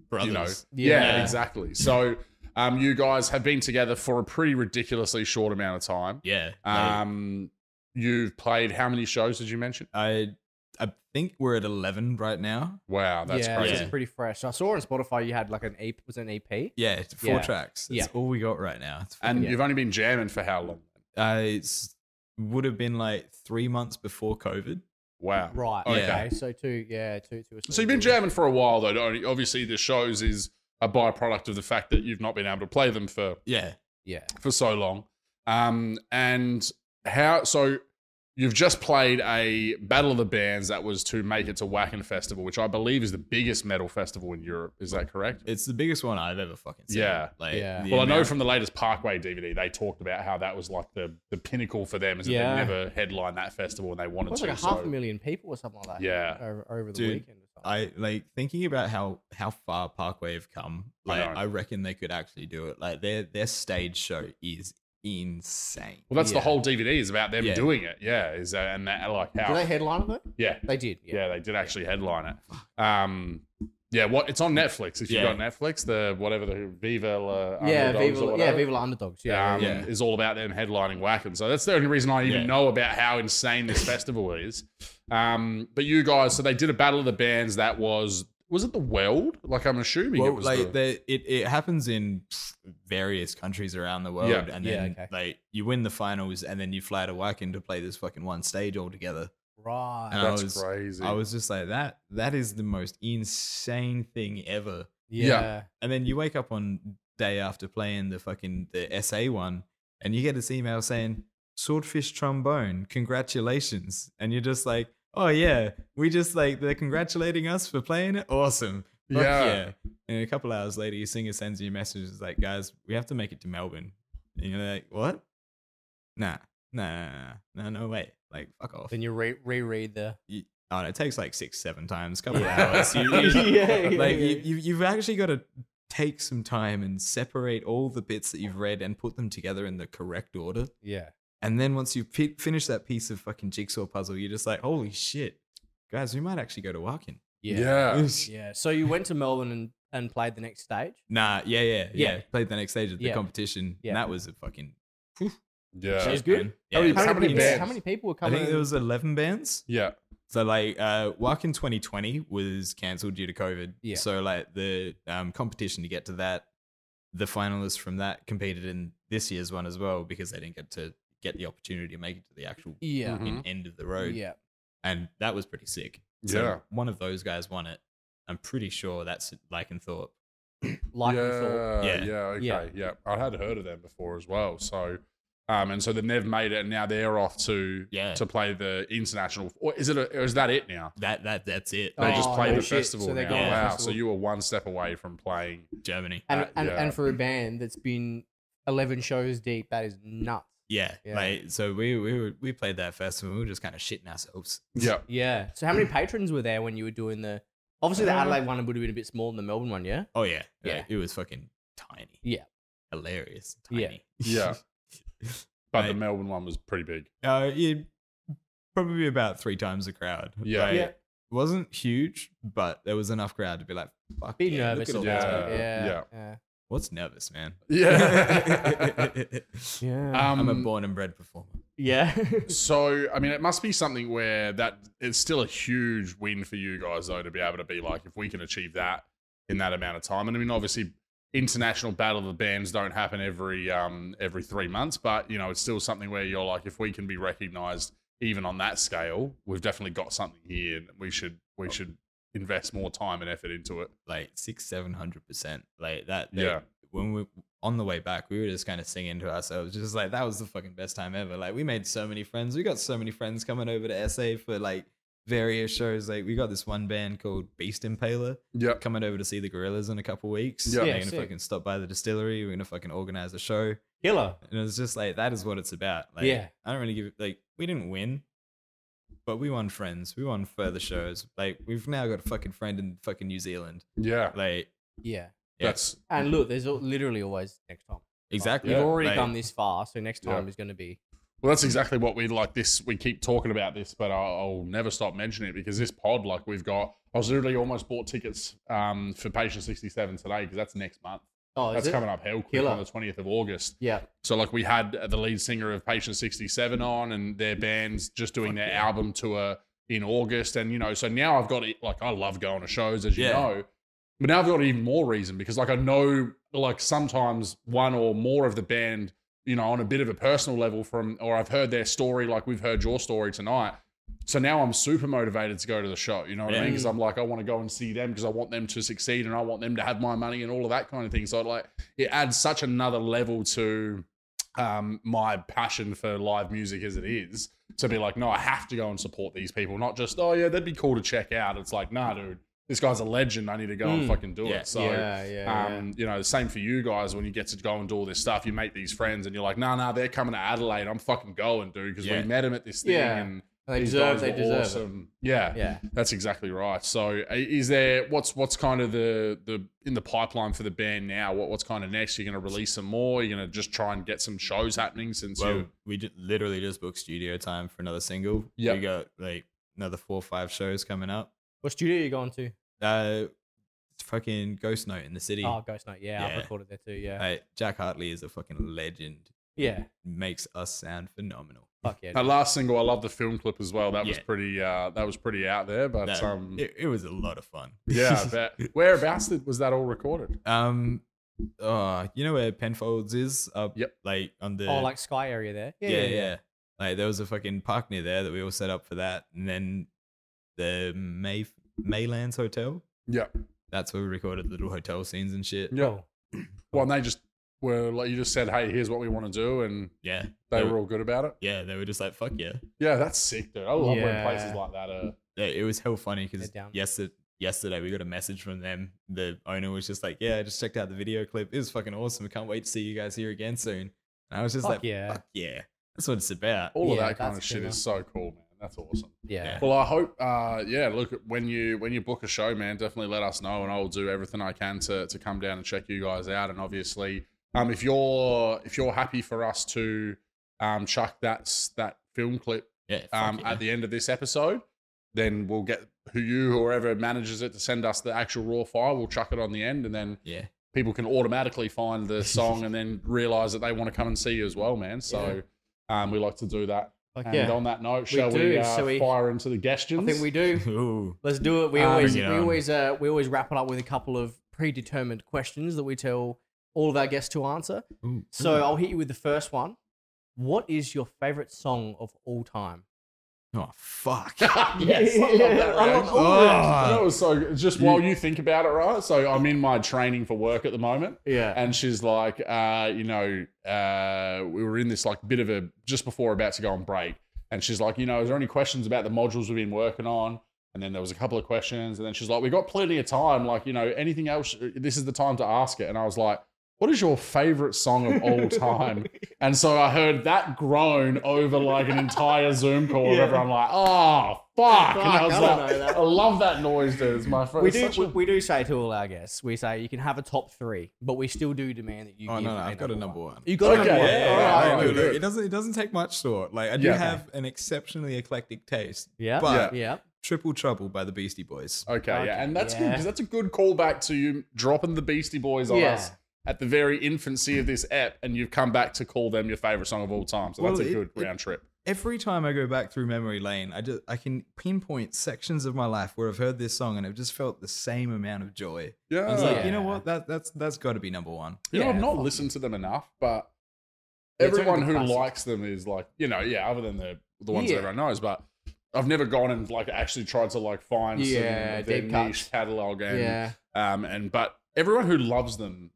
Brothers.
you know, yeah,
Yeah.
exactly. So, um, you guys have been together for a pretty ridiculously short amount of time.
Yeah. like-
Um, you've played how many shows did you mention?
I I think we're at eleven right now.
Wow, that's
yeah,
crazy.
It's pretty fresh. I saw on Spotify you had like an EP. Was it an E EP?
Yeah, it's four
Yeah.
tracks. That's
Yeah.
all we got right now. It's
And
Yeah.
you've only been jamming for how long?
uh, it's would have been like three months before COVID.
Wow.
Right.
Okay.
Okay. So two. Yeah. Two. Two.
So you've been jamming for a while though. don't you? Obviously, the shows is a byproduct of the fact that you've not been able to play them for
Yeah.
Yeah.
for so long. Um, and how so you've just played a Battle of the Bands that was to make it to Wacken Festival, which I believe is the biggest metal festival in Europe. Is that correct?
It's the biggest one I've ever fucking seen.
Yeah.
Like
Yeah.
the
well, I know
amount-
from the latest Parkway DVD, they talked about how that was like the, the pinnacle for them, is that
Yeah.
they never headlined that festival and they
It
wanted
was
to.
like a half
so-
a million people or something like that.
Yeah.
Over, over the
Dude,
weekend. Or something.
I like thinking about how how far Parkway have come.
I
Like
know.
I, reckon they could actually do it. Like their their stage show is insane.
Well, that's the
Yeah.
whole DVD is about them
Yeah.
doing it. Yeah, is that and that like how?
Did they headline it though?
yeah,
They did. Yeah.
yeah, they did actually headline it. Um, yeah, what it's on Netflix. If you
Yeah.
have got Netflix, the whatever the Viva La
Yeah,
Underdogs
Viva,
or
yeah,
whatever,
Viva La Underdogs. Yeah,
um,
yeah,
yeah.
is all about them headlining Wacken. So that's the only reason I even
Yeah.
know about how insane this festival is. Um, but you guys, so they did a battle of the bands that was was it the Weld? Like I'm assuming it
Well,
was
like
the,
the, it, it happens in various countries around the world,
Yeah.
and
Yeah,
then
okay.
like you win the finals, and then you fly to Wacken to play this fucking one stage altogether.
right.
and I
that's
was-
crazy.
I was just like that. That is the most insane thing ever.
yeah.
yeah.
And then you wake up on day after playing the fucking the SA one, and you get this email saying Swordfish Trombone, congratulations, and you're just like, oh yeah, we just like they're congratulating us for playing it. Awesome. Fuck
Yeah.
And a couple hours later, your singer sends you a message it's like, guys, we have to make it to Melbourne. And you're like, what? Nah, nah, nah, nah, no, no way. Like, fuck off.
Then you re- reread the.
Oh, and it takes like six, seven times, couple
Yeah.
of hours. You, you,
Yeah, yeah,
like
yeah.
You, you, you've actually got to take some time and separate all the bits that you've read and put them together in the correct order.
Yeah.
And then once you fi- finish that piece of fucking jigsaw puzzle, you're just like, holy shit, guys, we might actually go to Wacken.
Yeah.
yeah.
Yeah. So you went to Melbourne and, and played the next stage.
Nah, yeah, yeah, yeah,
Yeah.
Played the next stage of the
Yeah.
competition.
Yeah.
And that was a fucking.
That
Yeah.
was good?
Man.
Uh, How many-
Yeah.
How
many
many,
bands?
how many people were
I
coming?
think there was 11 bands.
Yeah.
So like uh Wacken 2020 was cancelled due to COVID.
Yeah.
So like the um, competition to get to that, the finalists from that competed in this year's one as well because they didn't get to get the opportunity to make it to the actual
yeah.
Mhm.
fucking end of the road.
Yeah.
And that was pretty sick.
Yeah.
One of those guys won it. I'm pretty sure that's Lycanthorpe.
like we thought.
yeah,
Yeah.
yeah, okay,
Yeah.
yeah. I had heard of them before as well. So, um, and so then they've made it, and now they're off to
Yeah.
to play the international. Or is it? A, or is that it now?
That that that's it.
They
Oh,
just play
no
the
shit.
festival
So they're
now.
going to the
wow! So
festival.
you were one step away from playing.
Germany.
And,
Uh,
and,
yeah.
and for a band that's been 11 shows deep, that is nuts.
Yeah,
Yeah.
like so we we were, we played that festival. We were just kind of shitting ourselves.
Yeah,
Yeah. So how many patrons were there when you were doing the. Obviously, the
Uh,
Adelaide one would have been a bit smaller than the Melbourne one, yeah?
Oh yeah,
Yeah.
Like, it was fucking tiny.
Yeah.
hilarious.
Yeah.
Tiny.
Yeah. but the
Mate.
Melbourne one was pretty big.
Uh, it, probably about three times the crowd.
Yeah.
Like,
Yeah.
it wasn't huge, but there was enough crowd to be like, "Fuck,
Be
yeah,
nervous
Look at all
about
these
that.
it.
people.
Yeah. Yeah.
Yeah.
yeah.
What's nervous, man?
Yeah.
Yeah.
um,
I'm a born and bred performer.
yeah.
So, I mean, it must be something where that it's still a huge win for you guys, though, to be able to be like, if we can achieve that in that amount of time. And I mean, obviously, international battle of the bands don't happen every um every three months, but you know, it's still something where you're like, if we can be recognised even on that scale, we've definitely got something here, and we should we should invest more time and effort into it.
Like six, seven hundred percent. Like that. that-
Yeah,
When we on the way back, we were just kind of singing to ourselves, just like that was the fucking best time ever. Like we made so many friends. We got so many friends coming over to SA for like various shows. Like we got this one band called Beast Impaler.
yeah,
coming over to see the gorillas in a couple weeks.
Yeah.
Yeah,
Yeah,
we're gonna
sick.
fucking stop by the distillery. We're gonna fucking organize a show,
Killer.
and it's just like that is what it's about. Like,
Yeah.
I don't really give it. Like, we didn't win, but we won friends. We won further shows. Like, we've now got a fucking friend in fucking New Zealand.
yeah.
Like,
Yeah.
Yeah.
That's
And look, there's al- literally always next time.
exactly.
You've
Yeah.
already
Like,
come this far, so next
Yeah.
time is going to be.
Well, that's exactly what we like. This we keep talking about this, but I'll, I'll never stop mentioning it because this pod, like we've got, I was literally almost bought tickets um, for Patient Sixty Seven today because that's next month.
Oh, is
that's
it?
coming up hell quick
Killer.
on the twentieth of August.
Yeah.
So like we had the lead singer of Patient 67 on and their band's just doing
Fuck
their
yeah.
album tour in August and you know so now I've got it like I love going to shows as you
Yeah.
know but now I've got even more reason because like I know like sometimes one or more of the band you know on a bit of a personal level from or I've heard their story like we've heard your story tonight so now I'm super motivated to go to the show you know what I
Yeah. Mm.
mean because I'm like I want to go and see them because I want them to succeed and I want them to have my money and all of that kind of thing so like it adds such another level to um, my passion for live music as it is to be like, no, I have to go and support these people, not just, oh, yeah, that'd be cool to check out. It's like, nah, dude, this guy's a legend. I need to go
Mm.
and fucking do
Yeah.
it. So,
yeah. Yeah. yeah.
um, you know, the same for you guys when you get to go and do all this stuff, you make these friends and you're like, nah, nah, they're coming to Adelaide. I'm fucking going, dude, because
Yeah.
we met him at this thing
Yeah.
and
And they
these
deserve.
guys
They
were
deserve. it.
awesome. Yeah.
Yeah.
That's exactly right. So, i- is there what's what's kind of the the in the pipeline for the band now? What what's kind of next? You're going to release some more. You're going to just try and get some shows happening since
well,
you.
we ju- literally just booked studio time for another single.
Yep.
we got like another four or five shows coming up.
What studio are you going to?
Uh, fucking Ghost Note in the city.
Oh, Ghost Night. Yeah,
Yeah.
I've recorded there too. Yeah.
Like, Jack Hartley is a fucking legend.
yeah.
makes us sound phenomenal.
Fuck yeah.
That last single, I love the film clip as well. That was
Yeah.
pretty. Uh, that was pretty out there, but
That-
um,
it, it was a lot of fun.
yeah. But whereabouts did, was that all recorded?
um, uh, you know where Penfolds is? Up,
Yep.
Like on the.
Oh, like Sky area there.
yeah, yeah, Like there was a fucking park near there that we all set up for that, and then the May Maylands Hotel.
Yeah.
That's where we recorded little hotel scenes and shit.
Yeah.
Oh.
Well, and they just were like you just said, hey, here's what we want to do, and
Yeah,
they
Yeah.
were all good about it.
yeah. They were just like, "Fuck yeah!"
Yeah, that's sick, dude. I love when
Yeah.
places like that are.
Yeah, it was hell funny because
They're down.
yesterday, yesterday we got a message from them. The owner was just like, "Yeah, I just checked out the video clip. It was fucking awesome. Can't wait to see you guys here again soon." And I was just
Fuck
like,
yeah. Oh,
"Fuck yeah, that's what it's about."
All
Yeah,
of that kind of
that's
shit
killer.
is so cool, man. That's awesome.
Yeah.
Well, I hope. Uh, yeah, look when you when you book a show, man, definitely let us know, and I will do everything I can to to come down and check you guys out. And obviously, um, if you're if you're happy for us to um chuck that's that film clip
Yeah, fuck
um
yeah.
at the end of this episode, then we'll get who you whoever manages it to send us the actual raw file. We'll chuck it on the end, and then
yeah,
people can automatically find the song and then realize that they want to come and see you as well, man. So. Um, we like to do that.
Fuck
And
yeah.
on that note, shall we,
do,
uh,
shall we-
fire into the questions?
I think we do.
Ooh.
Let's do it. We
Um,
always
Ah, Bring it
we
on.
always uh, we always wrap it up with a couple of predetermined questions that we tell all of our guests to answer.
Ooh.
So I'll hit you with the first one. What is your favorite song of all time?
Oh fuck.
yes, I love that
I
reaction.
love all the
You know,
oh,
it was so good. just while you think about it, right? So I'm in my training for work at the moment,
Yeah.
and she's like, uh, you know, uh, we were in this like bit of a just before about to go on break, and she's like, you know, is there any questions about the modules we've been working on? And then there was a couple of questions, and then she's like, we got plenty of time. Like, you know, anything else? uh, This is the time to ask it. And I was like. What is your favorite song of all time? and so I heard that groan over like an entire Zoom call of
Yeah.
everyone like, oh fuck. And I
Fuck,
was
I
like,
don't know that.
I love that noise, dude. It's my friend.
We
It's
do,
such
we,
a-
we do say to all our guests, we say you can have a top three, but we still do demand that you.
Oh,
give
no, no, I've got a number one.
You got a
Okay.
number one.
Yeah,
all
yeah,
right.
yeah.
no,
good.
no, it doesn't it doesn't take much thought. Like I do
Yeah.
have an exceptionally eclectic taste.
Yeah.
But-
yeah.
Triple Trouble by the Beastie Boys.
okay, yeah, and that's good
Yeah.
because that's a good callback to you dropping the Beastie Boys on
Yeah.
us at the very infancy of this app, and you've come back to call them your favorite song of all time. So that's
Well,
a
it-
good
it-
round trip.
Every time I go back through memory lane, I just I can pinpoint sections of my life where I've heard this song and I've just felt the same amount of joy.
Yeah,
I was like, you know
Yeah.
what? That that's that's got to be number one.
you know, I've
Yeah.
not listened to them enough, but
Yeah, it's only
everyone
the
who
classics.
likes them is like, you know, yeah, other than the the ones
Yeah.
that everyone knows, but. I've never gone and like actually tried to like find
Yeah,
some of their
deep cuts.
niche catalog and
Yeah.
Um, and but everyone who loves them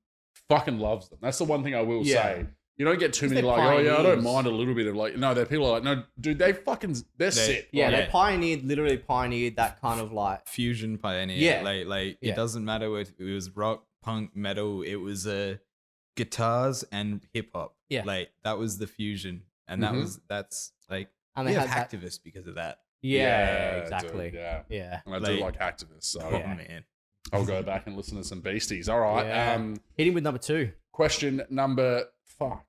fucking loves them. That's the one thing I will
Yeah.
say. You don't get too
Because
many
they're
like, oh yeah, I don't
pioneers.
mind a little bit of like, no, they're people are like, no, dude, they fucking they're, sick.
Yeah,
Like,
they pioneered, literally pioneered that kind of like.
Fusion pioneer.
Yeah.
Like like
Yeah.
it doesn't matter what it was rock, punk, metal. It was uh, guitars and hip hop.
Yeah. Mm-hmm.
Like that was the fusion, and that
Mhm.
was that's like
And
and they
they
have
had that.
activists because of that.
Yeah,
dude,
exactly. yeah.
yeah. And I do like
Like-
activists, so
Oh
Yeah.
man.
I'll go back and listen to some beasties. All right.
Yeah.
Um,
Hit him with number two.
question number fuck.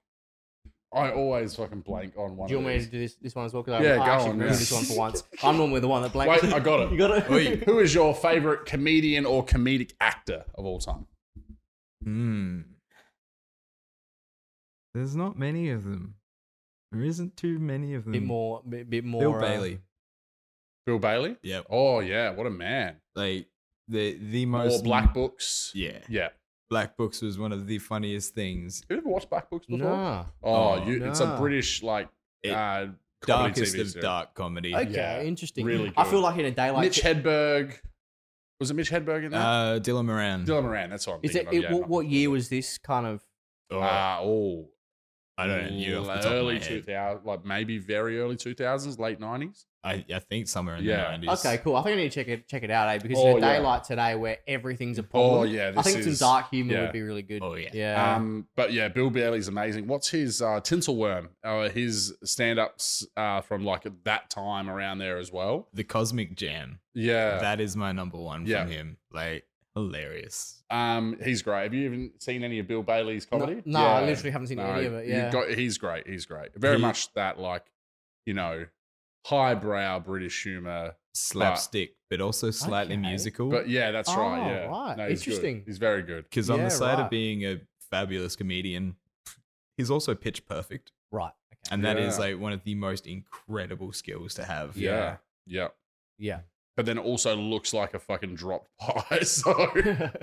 I always fucking blank on one.
Do you
of
want me to
these.
do this, this one as well? 'Cause I,
Yeah,
I
go
actually
on,
remember
yeah.
this one for once. I'm normally the one that blanks.
Wait, I got
you
it.
got it.
Oi.
Who is your favorite comedian or comedic actor of all time?
Hmm. There's not many of them. There isn't too many of them.
bit more, bit, bit more.
Bill
uh,
Bailey.
Bill Bailey.
Yep.
Oh yeah, what a man.
Like the the most
Or Black Books.
Yeah.
Yeah.
Black Books was one of the funniest things.
Have you ever watched Black Books before?
Nah.
Oh,
Oh,
you, it's a
nah.
British like
It-
uh, comedy
Darkest
TV
of
series.
dark comedy.
Okay,
Yeah,
interesting.
really
I
good.
feel like in a day like
Mitch Hedberg. Was it Mitch Hedberg in that?
Uh, Dylan Moran.
Dylan Moran. That's what I'm
is it,
thinking
it
of. yeah,
what, what year was this kind of?
Oh,
Ah, oh,
I don't know. Off the top of
early
my head.
2000s, like maybe very early 2000s, late 90s.
I, I think somewhere in
Yeah.
the 90s.
Okay, cool. I think I need to check it check it out, eh? Because
Oh,
in a day
yeah.
like today, where everything's a problem,
Oh yeah,
I
this
think
is
some dark humor
yeah.
would be really good.
Oh, yeah.
yeah.
Um, but yeah, Bill Bailey's amazing. What's his uh, Tinselworm? Uh, his stand-ups uh, from like that time around there as well.
The Cosmic Jam.
Yeah,
That is my number one
Yeah.
from him. Like, hilarious.
Um, he's great. Have you even seen any of Bill Bailey's comedy?
No, no, I literally haven't seen
No,
any of it.
you
Yeah.
got- he's great. He's great. Very
He-
much that like, you know, highbrow British humor.
Slapstick, but also slightly
Okay.
musical.
But yeah, that's right.
Oh,
Yeah,
right.
he's good.
Interesting.
He's very good.
Because on
Yeah,
the side
right.
of being a fabulous comedian, he's also pitch perfect.
right. Okay.
And that is
Yeah.
like one of the most incredible skills to have.
Yeah. yeah,
Yeah. Yeah.
But then also looks like a fucking dropped pie. So
Oh,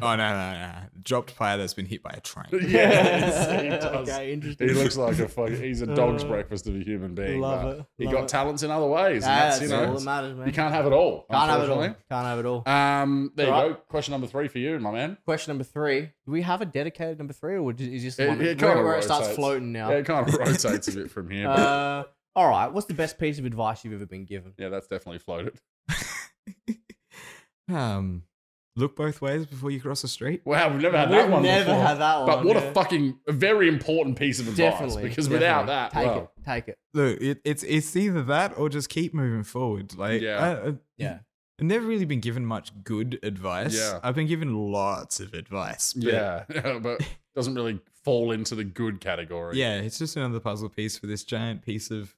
no, no, no. Dropped pie that's been hit by a train.
yeah, he does.
okay.
He
Interesting.
looks like a fucking. He's a dog's
Uh,
breakfast of a human being. but
Love it.
He
love
got
it.
talents in other ways. and
Ah,
that's, you
that's
know,
all that matters, man.
you can't have it all.
Can't have it all.
unfortunately.
Can't have it all.
Um, there
All
you
right.
go. Question number three for you, my man.
Question number three: Do we have a dedicated number three, or is this the
It-
one
it
where,
kinda
where it starts
rotates.
floating now?
Yeah, it kind of rotates a bit from here. But
Uh, all right. What's the best piece of advice you've ever been given?
yeah, that's definitely floated.
um, look both ways before you cross the street.
Wow, we've never had
We've
that one.
never
before.
had that one.
But what
yeah.
a fucking a very important piece of advice
Definitely.
because
definitely.
without that,
take
well,
it, take it.
Look, it, it's it's either that or just keep moving forward. Like,
Yeah.
I, I,
Yeah.
I've never really been given much good advice.
Yeah.
I've been given lots of advice. but
yeah, but doesn't really fall into the good category.
Yeah, it's just another puzzle piece for this giant piece of.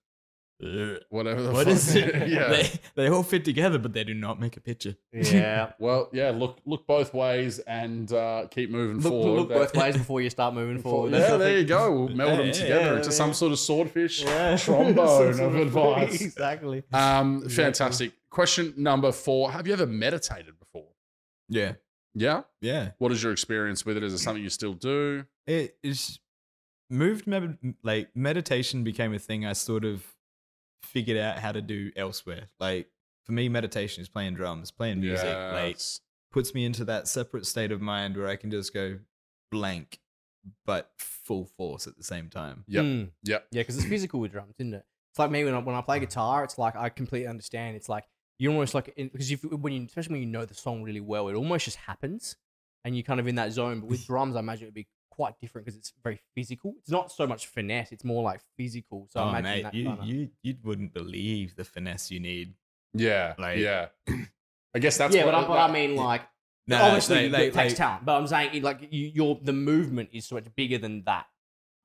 Ugh,
whatever. The
What
fuck.
is it?
yeah.
They, they all fit together, but they do not make a picture.
Yeah.
Well, yeah. Look, look both ways and uh, keep moving
look,
forward.
look
That-
both ways before you start moving forward. That's
Yeah,
what I
there you
think.
go. We'll meld them
Yeah,
together
yeah,
into
yeah.
some sort of swordfish
Yeah. Some
trombone
sort
of advice.
Exactly.
Um,
Exactly.
fantastic. Question number four: Have you ever meditated before?
Yeah,
Yeah.
yeah.
What is your experience with it? Is it something you still do?
It is moved. Med- like meditation became a thing I sort of figured out how to do elsewhere. Like for me, meditation is playing drums, playing music. Like
Yes.
puts me into that separate state of mind where I can just go blank, but full force at the same time.
Yep.
Mm.
Yep.
Yeah, because it's physical with drums, isn't it? It's like me when I, when I play guitar. It's like I completely understand. It's like you're almost like because you when you especially when you know the song really well, it almost just happens, and you're kind of in that zone. But with drums, I imagine it'd be quite different because it's very physical. It's not so much finesse; it's more like physical. So I
oh
imagine
mate,
that
you,
kinda-
you you wouldn't believe the finesse you need.
Yeah.
Like-
yeah. I guess that's
yeah,
what
but, I, but I mean like
No,
obviously
like-
it
like-
takes
like,
talent. But I'm saying it, like you, your the movement is so much bigger than that.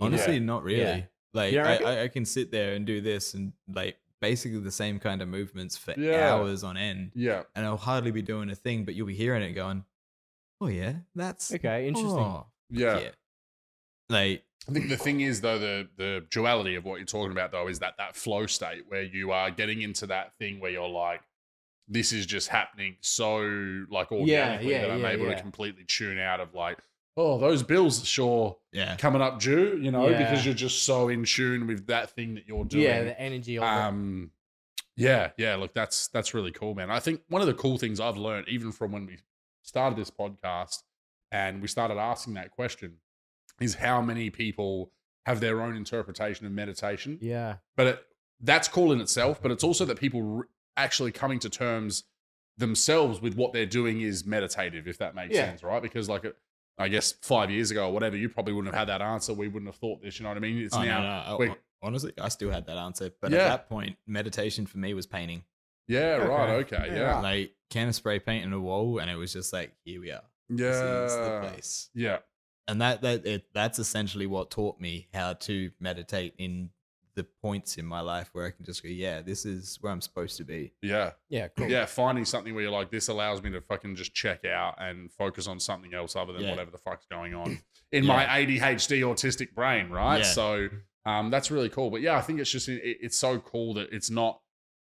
you know?
Honestly, not really.
Yeah.
Like
You don't
I,
reckon?
I, I can sit there and do this and like basically the same kind of movements for
Yeah.
hours on end,
yeah.
and I'll hardly be doing a thing, but you'll be hearing it going, "Oh yeah, that's
Okay, interesting.
oh,
Yeah.
yeah." Like
I think the thing is though the the duality of what you're talking about though is that that flow state where you are getting into that thing where you're like this is just happening so like organically
yeah,
that I'm
yeah,
able
yeah.
to completely tune out of like oh those bills are sure
yeah,
coming up due you know
Yeah.
because you're just so in tune with that thing that you're doing
Yeah, the energy. Of it.
um yeah yeah look that's that's really cool man i think one of the cool things i've learned even from when we started this podcast and we started asking that question is how many people have their own interpretation of meditation
Yeah.
but it, that's cool in itself but it's also that people r actually coming to terms themselves with what they're doing is meditative if that makes
Yeah.
sense right because like i guess five years ago or whatever you probably wouldn't have had that answer we wouldn't have thought this you know what i mean it's
oh, no,
now
no, I-
wait.
honestly, I still had that answer, but
Yeah.
at that point, meditation for me was painting.
yeah right
Okay.
okay
Yeah,
yeah
right.
Like can of spray paint on a wall, and it was just like, "Here we are, This is the
yeah
place."
yeah
and that that it, that's essentially what taught me how to meditate in the points in my life where I can just go, yeah, this is where I'm supposed to be.
yeah
Yeah. Cool.
Yeah, finding something where you're like, this allows me to fucking just check out and focus on something else other than
Yeah.
whatever the fuck's going on in
Yeah.
my ADHD autistic brain, right?
Yeah.
So um, that's really cool. But yeah, I think it's just it, it's so cool that it's not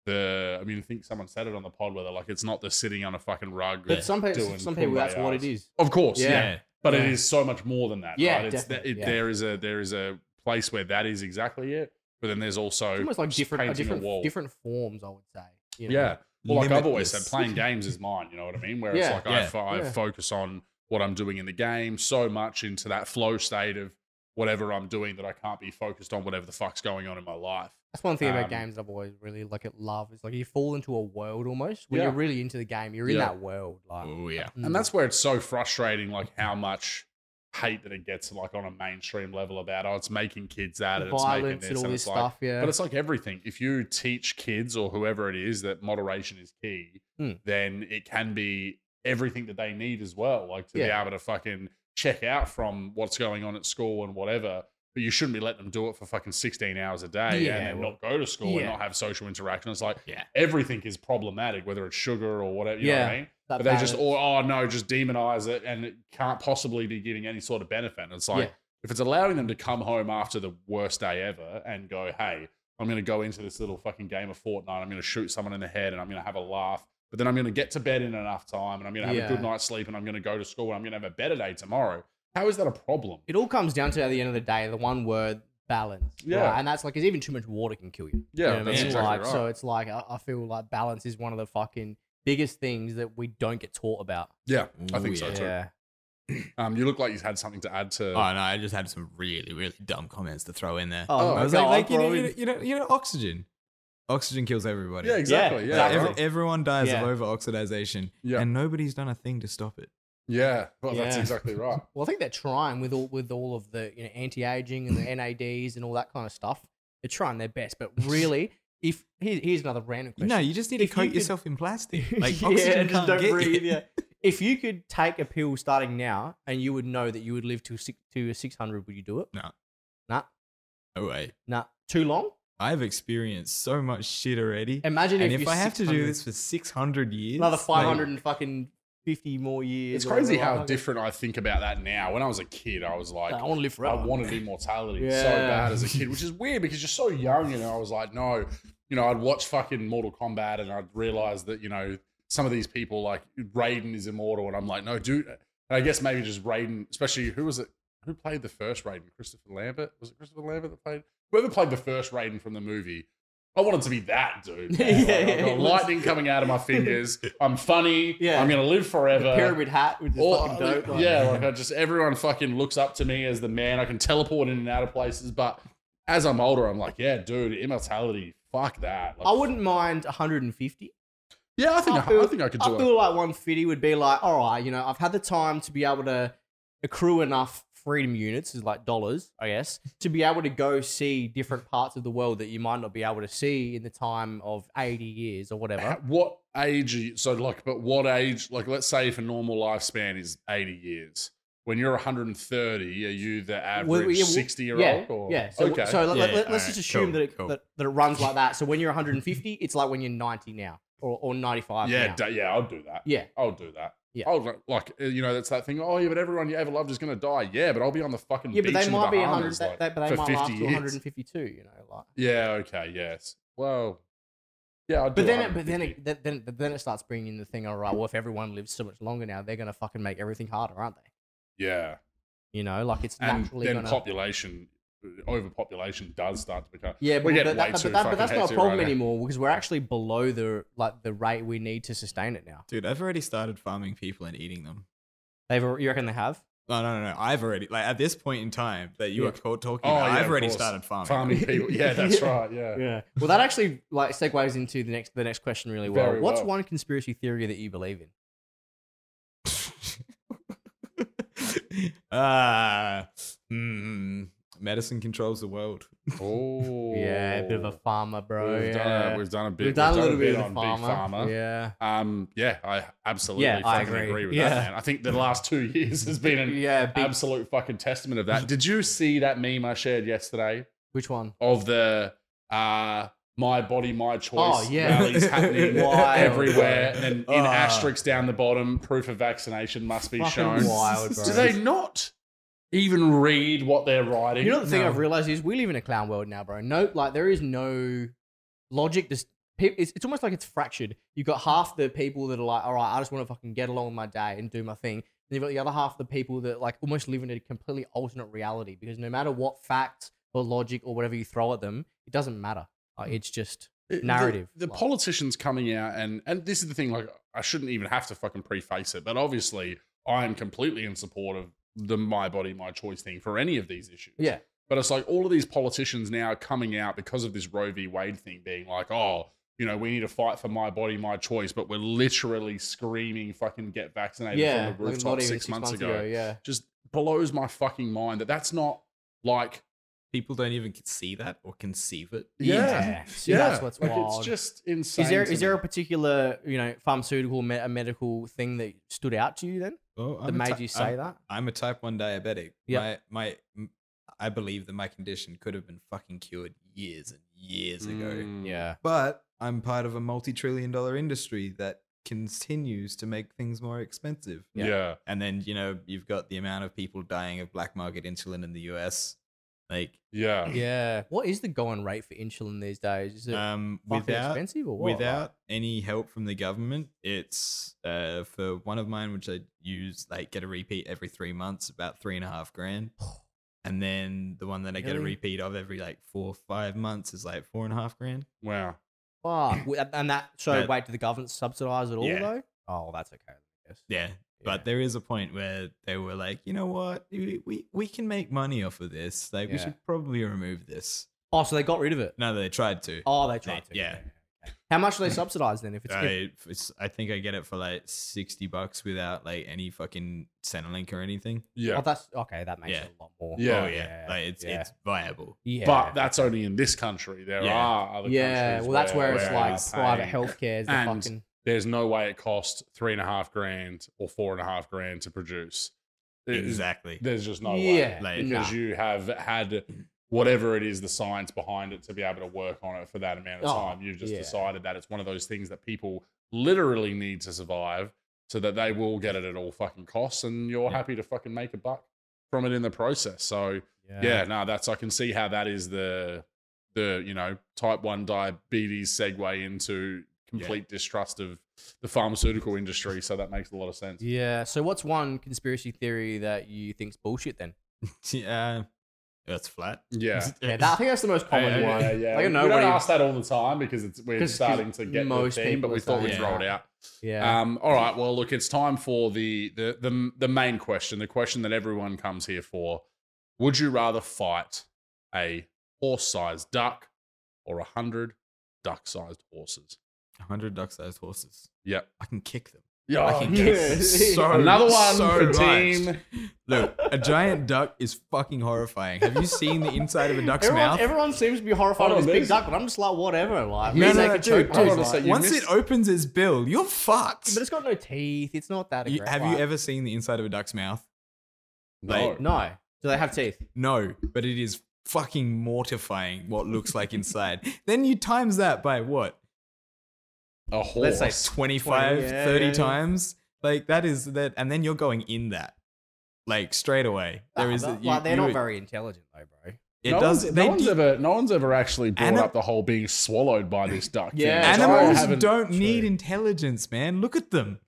the. I mean, I think someone said it on the pod where they're like, it's not the sitting on a fucking rug.
But some people,
doing
some people, that's what it
kumbayas.
is.
of course, yeah.
Yeah.
But
Yeah.
it is so much more than that.
Yeah,
right? it's
definitely,
it,
yeah.
there is a there is a place where that is exactly it. But then there's also
It's almost like
just
different, uh,
painting a
different,
wall.
different forms. I would say. You know?
Yeah. Well, like I've always said,
Limitless.
playing games is mine. You know what I mean? Where
Yeah.
it's like I,
Yeah.
fo- I
Yeah.
focus on what I'm doing in the game so much into that flow state of whatever I'm doing that I can't be focused on whatever the fuck's going on in my life.
That's one thing about
Um,
games I've always really like. It love is like you fall into a world almost when
Yeah.
you're really into the game. You're in
Yeah.
that world, like.
Oh yeah.
Mm.
And that's where it's so frustrating, like how much hate that it gets, like on a mainstream level about oh, it's making kids out of it, it's making
violence
this,
and all
and
this
it's like,
stuff. yeah.
But it's like everything. If you teach kids or whoever it is that moderation is key,
Hmm.
then it can be everything that they need as well. Like to
Yeah.
be able to fucking check out from what's going on at school and whatever. But you shouldn't be letting them do it for fucking 16 hours a day
Yeah,
and then
well-
not go to school
Yeah.
and not have social interaction. It's like
Yeah.
everything is problematic, whether it's sugar or whatever. You know what
Yeah.
I mean?
That
But they just,
balance.
or, oh no, just demonize it and it can't possibly be giving any sort of benefit. And it's like,
Yeah.
if it's allowing them to come home after the worst day ever and go, hey, I'm going to go into this little fucking game of Fortnite, I'm going to shoot someone in the head and I'm going to have a laugh, but then I'm going to get to bed in enough time and I'm going to have a
Yeah.
good night's sleep and I'm going to go to school and I'm going to have a better day tomorrow. How is that a problem?
it all comes down to at the end of the day the one word balance.
Yeah.
right? and that's like because even too much water can kill you.
Yeah,
you know what I
that's
mean?
exactly
like
right.
so it's like I, I feel like balance is one of the fucking biggest things that we don't get taught about.
yeah, I think
Ooh,
so
yeah.
too. Um, you look like you had something to add to.
Oh no, I just had some really really dumb comments to throw in there.
Oh,
Oh,
my
I was
God,
like, like you, know,
bro.
you know, you know, you know, oxygen. Oxygen kills everybody.
yeah, exactly. Yeah,
Like,
exactly.
yeah,
every- everyone dies
Yeah.
of over oxidization,
Yeah.
and nobody's done a thing to stop it.
yeah. Well, that's
Yeah.
exactly right.
Well, I think they're trying with all with all of the you know anti-aging and the NADs and all that kind of stuff. They're trying their best, but really, if here, here's another random question.
No, you just need
If
to
you
coat
could-
yourself in plastic. Like
Yeah,
oxygen
and just
can't
don't
get
breathe,
you.
yeah. if you could take a pill starting now and you would know that you would live to six, to six hundred, would you do it?
No.
nah,
No way.
nah. Too long.
I've experienced so much shit already.
Imagine
and
if,
if,
you're
I have to do
600
this for 600 years,
another five hundred
like,
and fucking fifty more years.
It's
or whatever,
crazy how
like,
different I think about that now. When I was a kid, I was like,
I want to live
I
forever.
wanted immortality so
Yeah.
bad as a kid, which is weird because you're so young. And I was like, no, you know, I'd watch fucking Mortal Kombat and I'd realize that, you know, some of these people like Raiden is immortal. And I'm like, no, dude. And I guess maybe just Raiden, especially who was it? Who played the first Raiden? Christopher Lambert? Was it Christopher Lambert that played? Whoever played the first Raiden from the movie I want it to be that dude.
Yeah,
man. Like, I've
yeah,
got
it was-
lightning coming out of my fingers. I'm funny.
Yeah.
I'm gonna live forever.
pyramid hat with this
All-
fucking dope. like-
yeah, like I just everyone fucking looks up to me as the man. I can teleport in and out of places, but as I'm older, I'm like, yeah, dude, immortality. Fuck that. Like,
I wouldn't mind 150.
Yeah, I think I,
I feel-
I think I could
I
do it.
feel like 150 would be like, all right, you know, I've had the time to be able to accrue enough freedom units, is like dollars, I guess, to be able to go see different parts of the world that you might not be able to see in the time of 80 years or whatever.
At what age? Are you, so like, but what age? Like, let's say if a normal lifespan is 80 years. When you're 130, are you the
Well,
average
yeah, well,
60 year
yeah,
old? Or?
yeah. So,
okay.
so let,
Yeah,
us just
alright,
assume
cool,
that, it,
cool.
that that it runs like that. So when you're 150, it's like when you're 90 now or, or 95
yeah,
now.
da- yeah, I'll do that.
yeah,
I'll do that.
Yeah.
I'll like- like uh, you know that's that thing. Oh yeah, but everyone you ever loved is gonna die. Yeah, but I'll be on the fucking
yeah,
beach
but they
in
might
the
be 100.
Bahamas,
They,
like,
they, but
for
they might last
50
to
years.
152. You know, like.
Yeah. Okay. Yes. Well. Yeah. I'd
But
do
then, it, but then,
150.
it, then, then, but then it starts bringing in the thing. All right, well, if everyone lives so much longer now, they're gonna fucking make everything harder, aren't they?
yeah,
You know, like it's
and
naturally
then
gonna.
population uh, overpopulation does start to become.
yeah,
we
but,
get
but,
way
that, but,
too
that, but
fucking
that's not a
hectic
problem
right now.
anymore because we're actually below the like the rate we need to sustain it now.
Dude, I've already started farming people and eating them.
They've, al- you reckon they have?
No, no, no, no. I've already like at this point in time that you
Yeah.
are co- talking
Oh,
about,
yeah,
I've
of
already
course.
started farming.
farming people. Yeah, that's
Yeah.
right. Yeah.
Yeah. Well, that actually like segues into the next the next question really well.
Very
What's
well.
one conspiracy theory that you believe in?
Ah, hmm. medicine controls the world.
Oh.
Yeah, a bit of a farmer, bro.
We've, done
yeah.
a, we've done a bit.
We've done a little bit
on
of farmer.
Big Pharma.
Yeah.
Um, yeah, I absolutely
Yeah, I
fucking agree.
agree.
with
Yeah.
that, man. I think the last two years has been an
Yeah. Big,
absolute fucking testament of that. Did you see that meme I shared yesterday
which one?
of the uh my body, my choice
Oh, yeah.
rallies happening
Wild.
everywhere and in
Ah.
asterisks down the bottom, proof of vaccination must be
Fucking
shown.
wild, bro.
Do they not even read what they're writing?
You know the thing
No.
I've realized is we live in a clown world now, bro. No, like there is no logic. Just pe- it's, it's almost like it's fractured. You've got half the people that are like, all right, I just want to fucking get along with my day and do my thing. And you've got the other half the people that like almost live in a completely alternate reality because no matter what fact or logic or whatever you throw at them, it doesn't matter. Like, it's just
It- the-
narrative,
The,
like-
politicians coming out and and this is the thing. Like I shouldn't even have to fucking preface it, but obviously I am completely in support of the my body, my choice thing for any of these issues.
yeah,
But it's like all of these politicians now are coming out because of this Roe v. Wade thing, being like, oh, you know, we need to fight for my body, my choice, but we're literally screaming, fucking get vaccinated
yeah.
from the
like,
rooftop
not even
six, months, ago.
yeah.
Just blows my fucking mind that that's not like
People don't even see that or conceive it.
yeah,
See, that's what's
like,
wild.
It's just insane.
is there
to
is there
me.
a particular you know pharmaceutical me- a medical thing that stood out to you then
Oh,
that made you say
I'm,
that?
I'm a type one diabetic.
Yeah.
My my, I believe that my condition could have been fucking cured years and years ago.
Mm.
But I'm part of a multi-trillion dollar industry that continues to make things more expensive.
Yeah.
yeah.
And then, you know, you've got the amount of people dying of black market insulin in the US. Like,
Yeah.
Yeah. What is the going rate for insulin these days? Is it
um,
fucking
without
expensive or what? Like,
without any help from the government, it's uh, for one of mine, which I use, like get a repeat every three months, about three and a half grand. And then the one that I get a
Really?
repeat of every like four five months is like four and a half grand.
Wow.
fuck. Wi- And that so
That-
wait, do the government subsidize it all
Yeah.
though? Oh, that's okay. I guess.
Yeah. But there is a point where they were like, you know what, we, we, we can make money off of this. Like, we
Yeah.
should probably remove this.
oh, so they got rid of it.
No, they tried to.
Oh, they tried
They-
to.
yeah. Uh,
okay. How much do they subsidize then? If it's if-
I, it's, I think I get it for like 60 bucks without like any fucking Centrelink or anything.
Yeah.
oh, that's okay. That makes
Yeah.
it a lot more.
Yeah.
oh, yeah. Like it's,
yeah.
it's viable.
yeah.
But that's only in this country. There
Yeah.
are other
yeah.
countries
Well, that's where,
we
it's like
are
private
paying-
healthcare is the
And-
fucking.
There's no way it costs three and a half grand or four and a half grand to produce. It-
Exactly.
There's just no
yeah.
way.
like,
Because
nah.
you have had whatever it is, the science behind it to be able to work on it for that amount of
Oh,
time. You've just
yeah.
decided that it's one of those things that people literally need to survive so that they will get it at all fucking costs and you're
Yeah.
happy to fucking make a buck from it in the process. So yeah, no, that's I can see how that is the the you know type one diabetes segue into complete distrust of the pharmaceutical industry. So that makes a lot of sense.
Yeah. So what's one conspiracy theory that you think's bullshit then?
T- Uh, That's flat.
Yeah.
Yeah, that, I think that's the most common
Yeah,
one.
yeah, yeah.
Like, I
We-
know
we
when
don't
you-
ask that all the time because it's we're
'Cause- 'cause
starting to get the
most
theme, but
people
we
are
thought we'd
saying
roll it
that.
out.
Yeah.
Um, all right. Well, look, it's time for the, the the the main question, the question that everyone comes here for. Would you rather fight a horse-sized duck or a hundred duck-sized horses?
100 duck-sized horses.
Yep.
I can kick them.
Oh, Yeah.
I can
yeah. Oh,
kick them so
Another one
so
for
much.
team.
Look, a giant duck is fucking horrifying. Have you seen the inside of a duck's
everyone,
mouth?
everyone seems to be horrified
Hold
of
on,
this big
there's-
duck, but I'm just like, whatever. Like,
No,
maybe
no,
they
no,
could
dude,
choke
dude.
me,
Hold on a
like-
sec, you
Once
missed-
it opens its bill, you're fucked.
But it's got no teeth. It's not that
You-
aggressive.
have you ever seen the inside of a duck's mouth?
No.
No. Do they have teeth?
No, but it is fucking mortifying what looks like inside. then you times that by what?
A
Let's
horse.
say
25,
20, yeah,
30
yeah, yeah.
times? Like that is that and then you're going in that. Like straight away. There
Nah,
is
but,
you-
like, they're
you-
not very intelligent, though, bro.
it
no
does
One's,
they
no one's
do-
ever. No one's ever actually brought
Ana-
up the whole being swallowed by this duck. thing,
Yeah,
which I
animals
haven't-
Animals don't
True.
need intelligence, man. Look at them.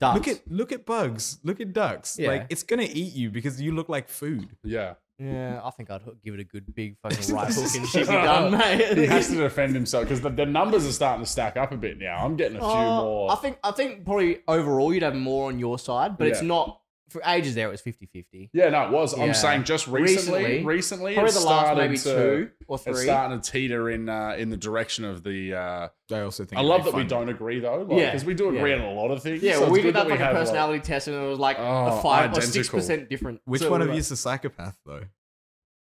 Ducks.
Look at look at bugs. Look at ducks.
Yeah.
Like it's gonna eat you because you look like food.
Yeah.
Yeah, I think I'd hook, give it a good big fucking right hook and shit. be done, mate.
he has to defend himself because the, the numbers are starting to stack up a bit now. I'm getting a few
Uh,
more.
I think I think probably overall you'd have more on your side, but it's
Yeah.
not for ages there. It was 50-50.
yeah, no, it was.
Yeah.
I'm saying just recently.
Recently.
Recently,
Probably
it's
the last
started
maybe
to,
two or
It's
three.
starting to teeter in uh, in the direction of the. Uh,
I also think
I
it'd
love
be
that we
fun.
don't agree though, because
Yeah,
we do agree
yeah.
on a lot of things.
yeah,
so
well,
it's
we
good
did that
we
like a
have,
personality test, and it was like
Oh,
a five or
identical.
six percent different.
Which
So
one
it
of
was like-
you is a psychopath though?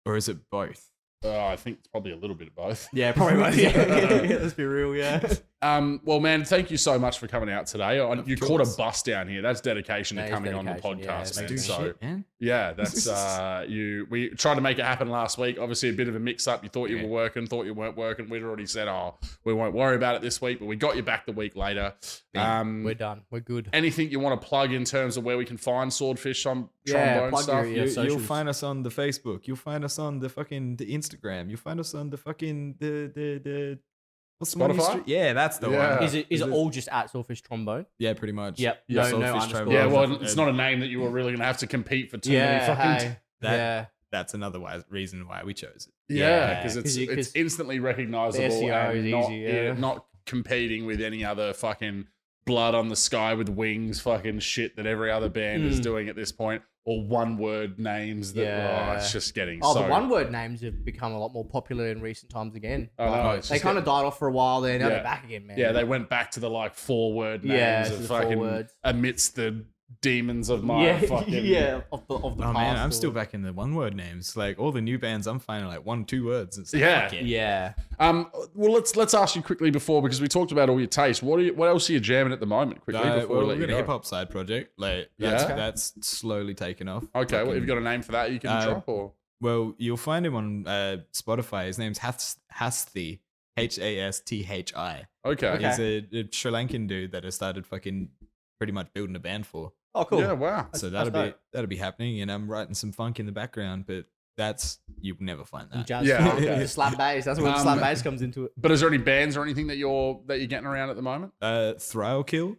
Or is it both?
uh, I think it's probably a little bit of both.
Yeah, probably. both, yeah. yeah, let's be real. Yeah.
Um, well, man, thank you so much for coming out today. I,
Of
you caught a
course.
bus down here. That's dedication
That
to
is
coming on the
dedication, yeah,
podcast,
that's
man.
do
so.
man.
Yeah, that's uh, you. We tried to make it happen last week. Obviously, a bit of a mix-up. You thought you
Yeah.
were working, thought you weren't working. We'd already said, "Oh, we won't worry about it this week," but we got you back the week later.
Yeah,
Um,
We're done. We're good.
anything you want to plug in terms of where we can find swordfish on
Yeah,
trombone
plug
stuff?
your-
You,
your-
you'll
socials.
find us on the Facebook. You'll find us on the fucking the Instagram. You'll find us on the fucking the the the what's the one you
Spotify?
stre- Yeah, that's the
Yeah.
one.
Is it is it all just at Swordfish Trombone?
Yeah, pretty much.
Yep. No, no
Yeah, Soulfish
underscore.
Trombone.
yeah, well,
Uh,
it's not a name that you were really going to have to compete for too many fucking.
hey,
That-
yeah.
That's another wise reason why we chose it.
yeah, because it's
'cause you-
it's
'cause
instantly recognizable
the SEO
and
is
not,
easy, yeah.
yeah, not competing with any other fucking blood on the sky with wings fucking shit that every other band is
Mm.
doing at this point or one word names that oh,
Yeah.
it's just getting
Oh,
so
the one word names have become a lot more popular in recent times again.
I know,
Like,
it's
Oh, they
just
kind of died off for a while, then now
Yeah.
they're back again, man.
yeah they went back to the like four word names
Yeah, to
of
the four
fucking
words.
amidst the demons of my
yeah,
fucking
yeah, of the, of the
Oh
past.
man, I'm
or-
still back in the one word names. Like all the new bands, I'm finding like one, two words. It's like,
Yeah.
fuck it.
Yeah.
um well let's let's ask you quickly before because we talked about all your taste what are you, what else are you jamming at the moment quickly
Uh,
before
well,
we
we've
let
got a
you
hip
go
hop side project. Like
Yeah.
that's
Okay.
that's slowly taken off.
okay well
Fucking-
have you got a name for that you can
Uh,
drop or
Well, you'll find him on uh, Spotify. His name's Hath- Hasthi, H A S T H I.
okay
Okay.
He's a, a Sri Lankan dude that I started fucking pretty much building a band for.
Oh, cool.
Yeah, wow.
So
That's-
that'll
that's
be
dope.
that'll be happening, and I'm writing some funk in the background. But that's you'll never find
And
that.
jazz
Yeah,
funk,
okay.
slap bass. That's when
Um,
slap bass comes into it.
But is there any bands or anything that you're that you're getting around at the moment?
Uh, Thrile Kill,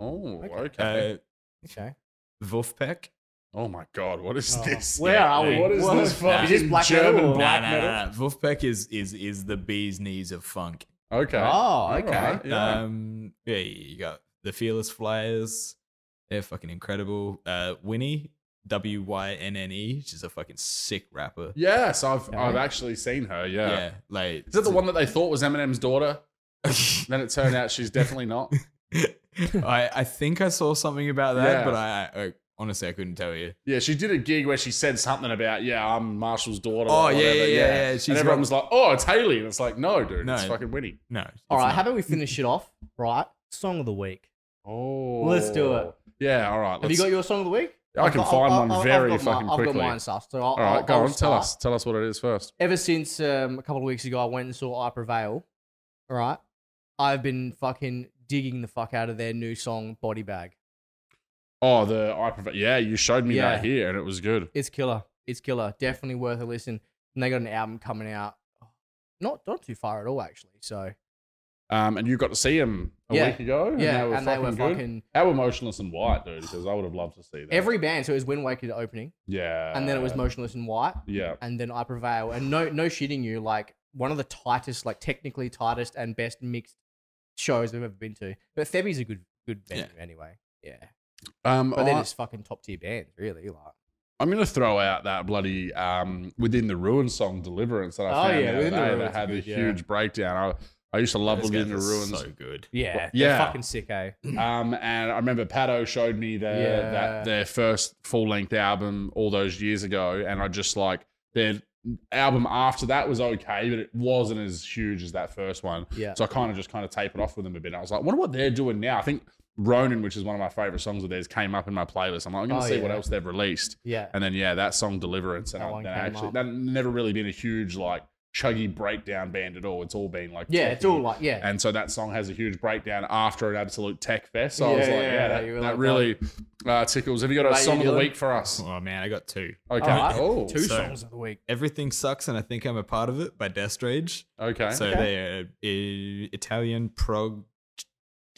Oh, okay.
Okay.
uh,
Okay.
Vufpek.
oh my god, what is
Oh,
this?
where are we?
What is
What?
this
Nah.
fucking
Is this black metal
German
or-
black
nah,
metal?
Nah, nah. Vufpek is is is the bee's knees of funk.
Okay.
Oh, okay.
Alright, yeah.
Um, yeah, you got the Fearless Flyers. They're fucking incredible. Uh, Winnie W Y N N E. She's a fucking sick rapper.
yes, I've
Okay.
I've actually seen her. Yeah.
like
Is that the one that they thought was Eminem's daughter?
I
Then it turned out she's definitely not.
I think I saw something about that,
Yeah.
but I, I, I honestly I couldn't tell you.
Yeah, she did a gig where she said something about, yeah, I'm Marshall's daughter.
Oh,
or
yeah,
whatever.
yeah, yeah, yeah. She's
and
got-
everyone was like, oh, it's Haley. And it's like, no, dude,
No.
it's fucking Winnie.
No.
All
it's
right,
not.
how about we finish it off? Right. Song of the week.
Oh.
Let's do it.
Yeah, all right.
Have you got your song of the week?
I
I've
can
got-
find
I've-
one
I've- I've
very
got mine-
fucking
I've
quickly.
got mine stuff. So I'll,
all right, go
I'll
on. Tell
start.
us. Tell us what it is first.
ever since um, a couple of weeks ago I went and saw I Prevail, all right, I've been fucking digging the fuck out of their new song Body Bag.
Oh, the I prefer. Yeah, you showed me that
Yeah.
here, and it was good.
It's killer. It's killer. Definitely worth a listen. And they got an album coming out not not too far at all actually. So
Um, and you got to see them a
Yeah.
week ago. and
yeah,
Hmm. they were
and they were
fucking good.
fucking
How emotionless and white, dude? Because I would have loved to see that.
every band. So it was Wind Waker the opening,
yeah,
and then it was Motionless in White,
yeah.
and then I Prevail. And no, no shitting you, like one of the tightest, like technically tightest and best mixed shows I've ever been to. But Thebby's a good, good venue anyway. Yeah,
Um,
but
I,
they're just fucking top tier bands, really. Like,
I'm gonna throw out that bloody um, within the ruin song deliverance that I
Oh, yeah,
found the other
Within the
day
Ruin's
that had
good,
a
yeah.
huge breakdown. I, I used to love
Those
within the
guys are
ruins.
So good.
yeah,
Well,
they're
yeah.
fucking sick, eh?
Um, and I remember Pato showed me their
Yeah.
that their first full length album all those years ago, and I just like their album after that was okay, but it wasn't as huge as that first one.
Yeah.
So I kind of just kind of tapered off with them a bit. I was like, wonder what they're doing now. I think Ronin, which is one of my favorite songs of theirs, came up in my playlist. I'm like, I'm gonna
Oh,
see what
yeah.
else they've released.
Yeah.
And then yeah, that song Deliverance, and
That
I,
one
then I
came
actually
up.
that never really been a huge like chuggy breakdown band at all. It's all been like
Yeah, it's
techie.
all like yeah.
And so that song has a huge breakdown after an absolute tech fest. So I
Yeah,
was like,
yeah,
yeah,
yeah,
that,
you were
that
like,
really uh, tickles. Have you got a
Right,
song of the
Dylan?
week for us?
Oh man, I got two.
Okay.
All right.
Oh,
Two
so-
songs of the week.
Everything sucks, and I think I'm a part of it by Death Rage.
okay.
So
Okay.
they're uh, Italian prog.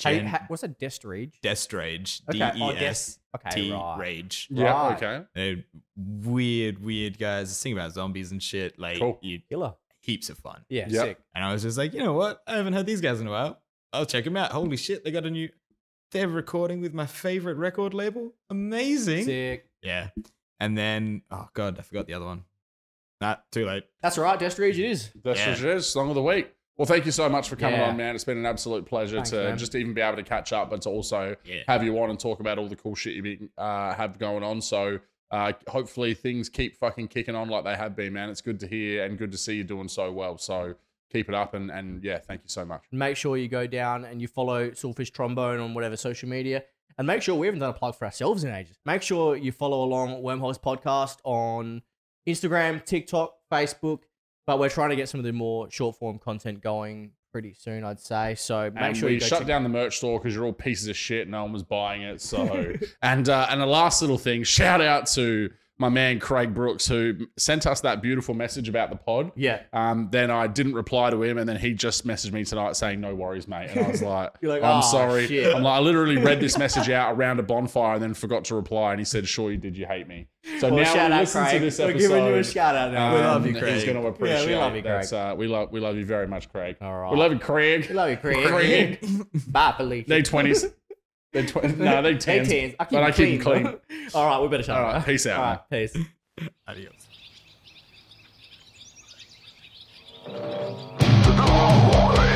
Hey,
gen-
ha- what's a Dest Rage?
Death Rage. D
Okay.
E
Oh,
S
Death- Okay,
T
right.
Rage.
yeah.
Right.
Okay.
They're weird, weird guys. Sing about zombies and shit. Like
Cool.
you,
Killer.
heaps of fun.
Yeah,
Yep.
sick.
And I was just like, you know what? I haven't heard these guys in a while. I'll check them out. Holy shit, they got a new. They're recording with my favorite record label. Amazing.
Sick.
Yeah. And then, oh god, I forgot the other one. Not too late.
That's all right, Dest Rage it is.
That's
Yeah.
what it is. Song of the week. Well, thank you so much for coming
Yeah.
on, man. It's been an absolute pleasure
Thanks,
to
man.
just even be able to catch up, but to also
Yeah.
have you on and talk about all the cool shit you be, uh, have going on. So uh, hopefully things keep fucking kicking on like they have been, man. It's good to hear and good to see you doing so well. So keep it up and, and yeah, thank you so much.
Make sure you go down and you follow Soulfish Trombone on whatever social media. And make sure we haven't done a plug for ourselves in ages. Make sure you follow along Wormholes Podcast on Instagram, TikTok, Facebook. But we're trying to get some of the more short form content going pretty soon, I'd say. So make
and
sure
we
you go
shut
check-
down the merch store because you're all pieces of shit. No one was buying it. So, and uh, and a last little thing. Shout out to my man Craig Brooks who sent us that beautiful message about the pod.
Yeah.
Um, then I didn't reply to him, and then he just messaged me tonight saying, "No worries, mate." And I was like,
You're like,
"I'm
"Oh,
sorry."
shit."
I'm like, I literally read this message out around a bonfire and then forgot to reply. And he said, "Sure, you did. You hate me." So
Well,
now
shout
when you
out,
listen
Craig.
to this
We're
episode.
giving you a shout out now. we
um,
love you,
Craig.
He's going to appreciate.
Yeah, we love you,
That's, uh, we love we love you very much, Craig.
All right.
We love you, Craig.
We love you, Craig.
Craig.
Bye, Felicia.
They twenties. They tw- no, they
Hey,
tens.
teens. I keep
But I
it
keep it
clean. All right, we better shut
All
up.
right, peace out.
All right, peace.
Adios.
All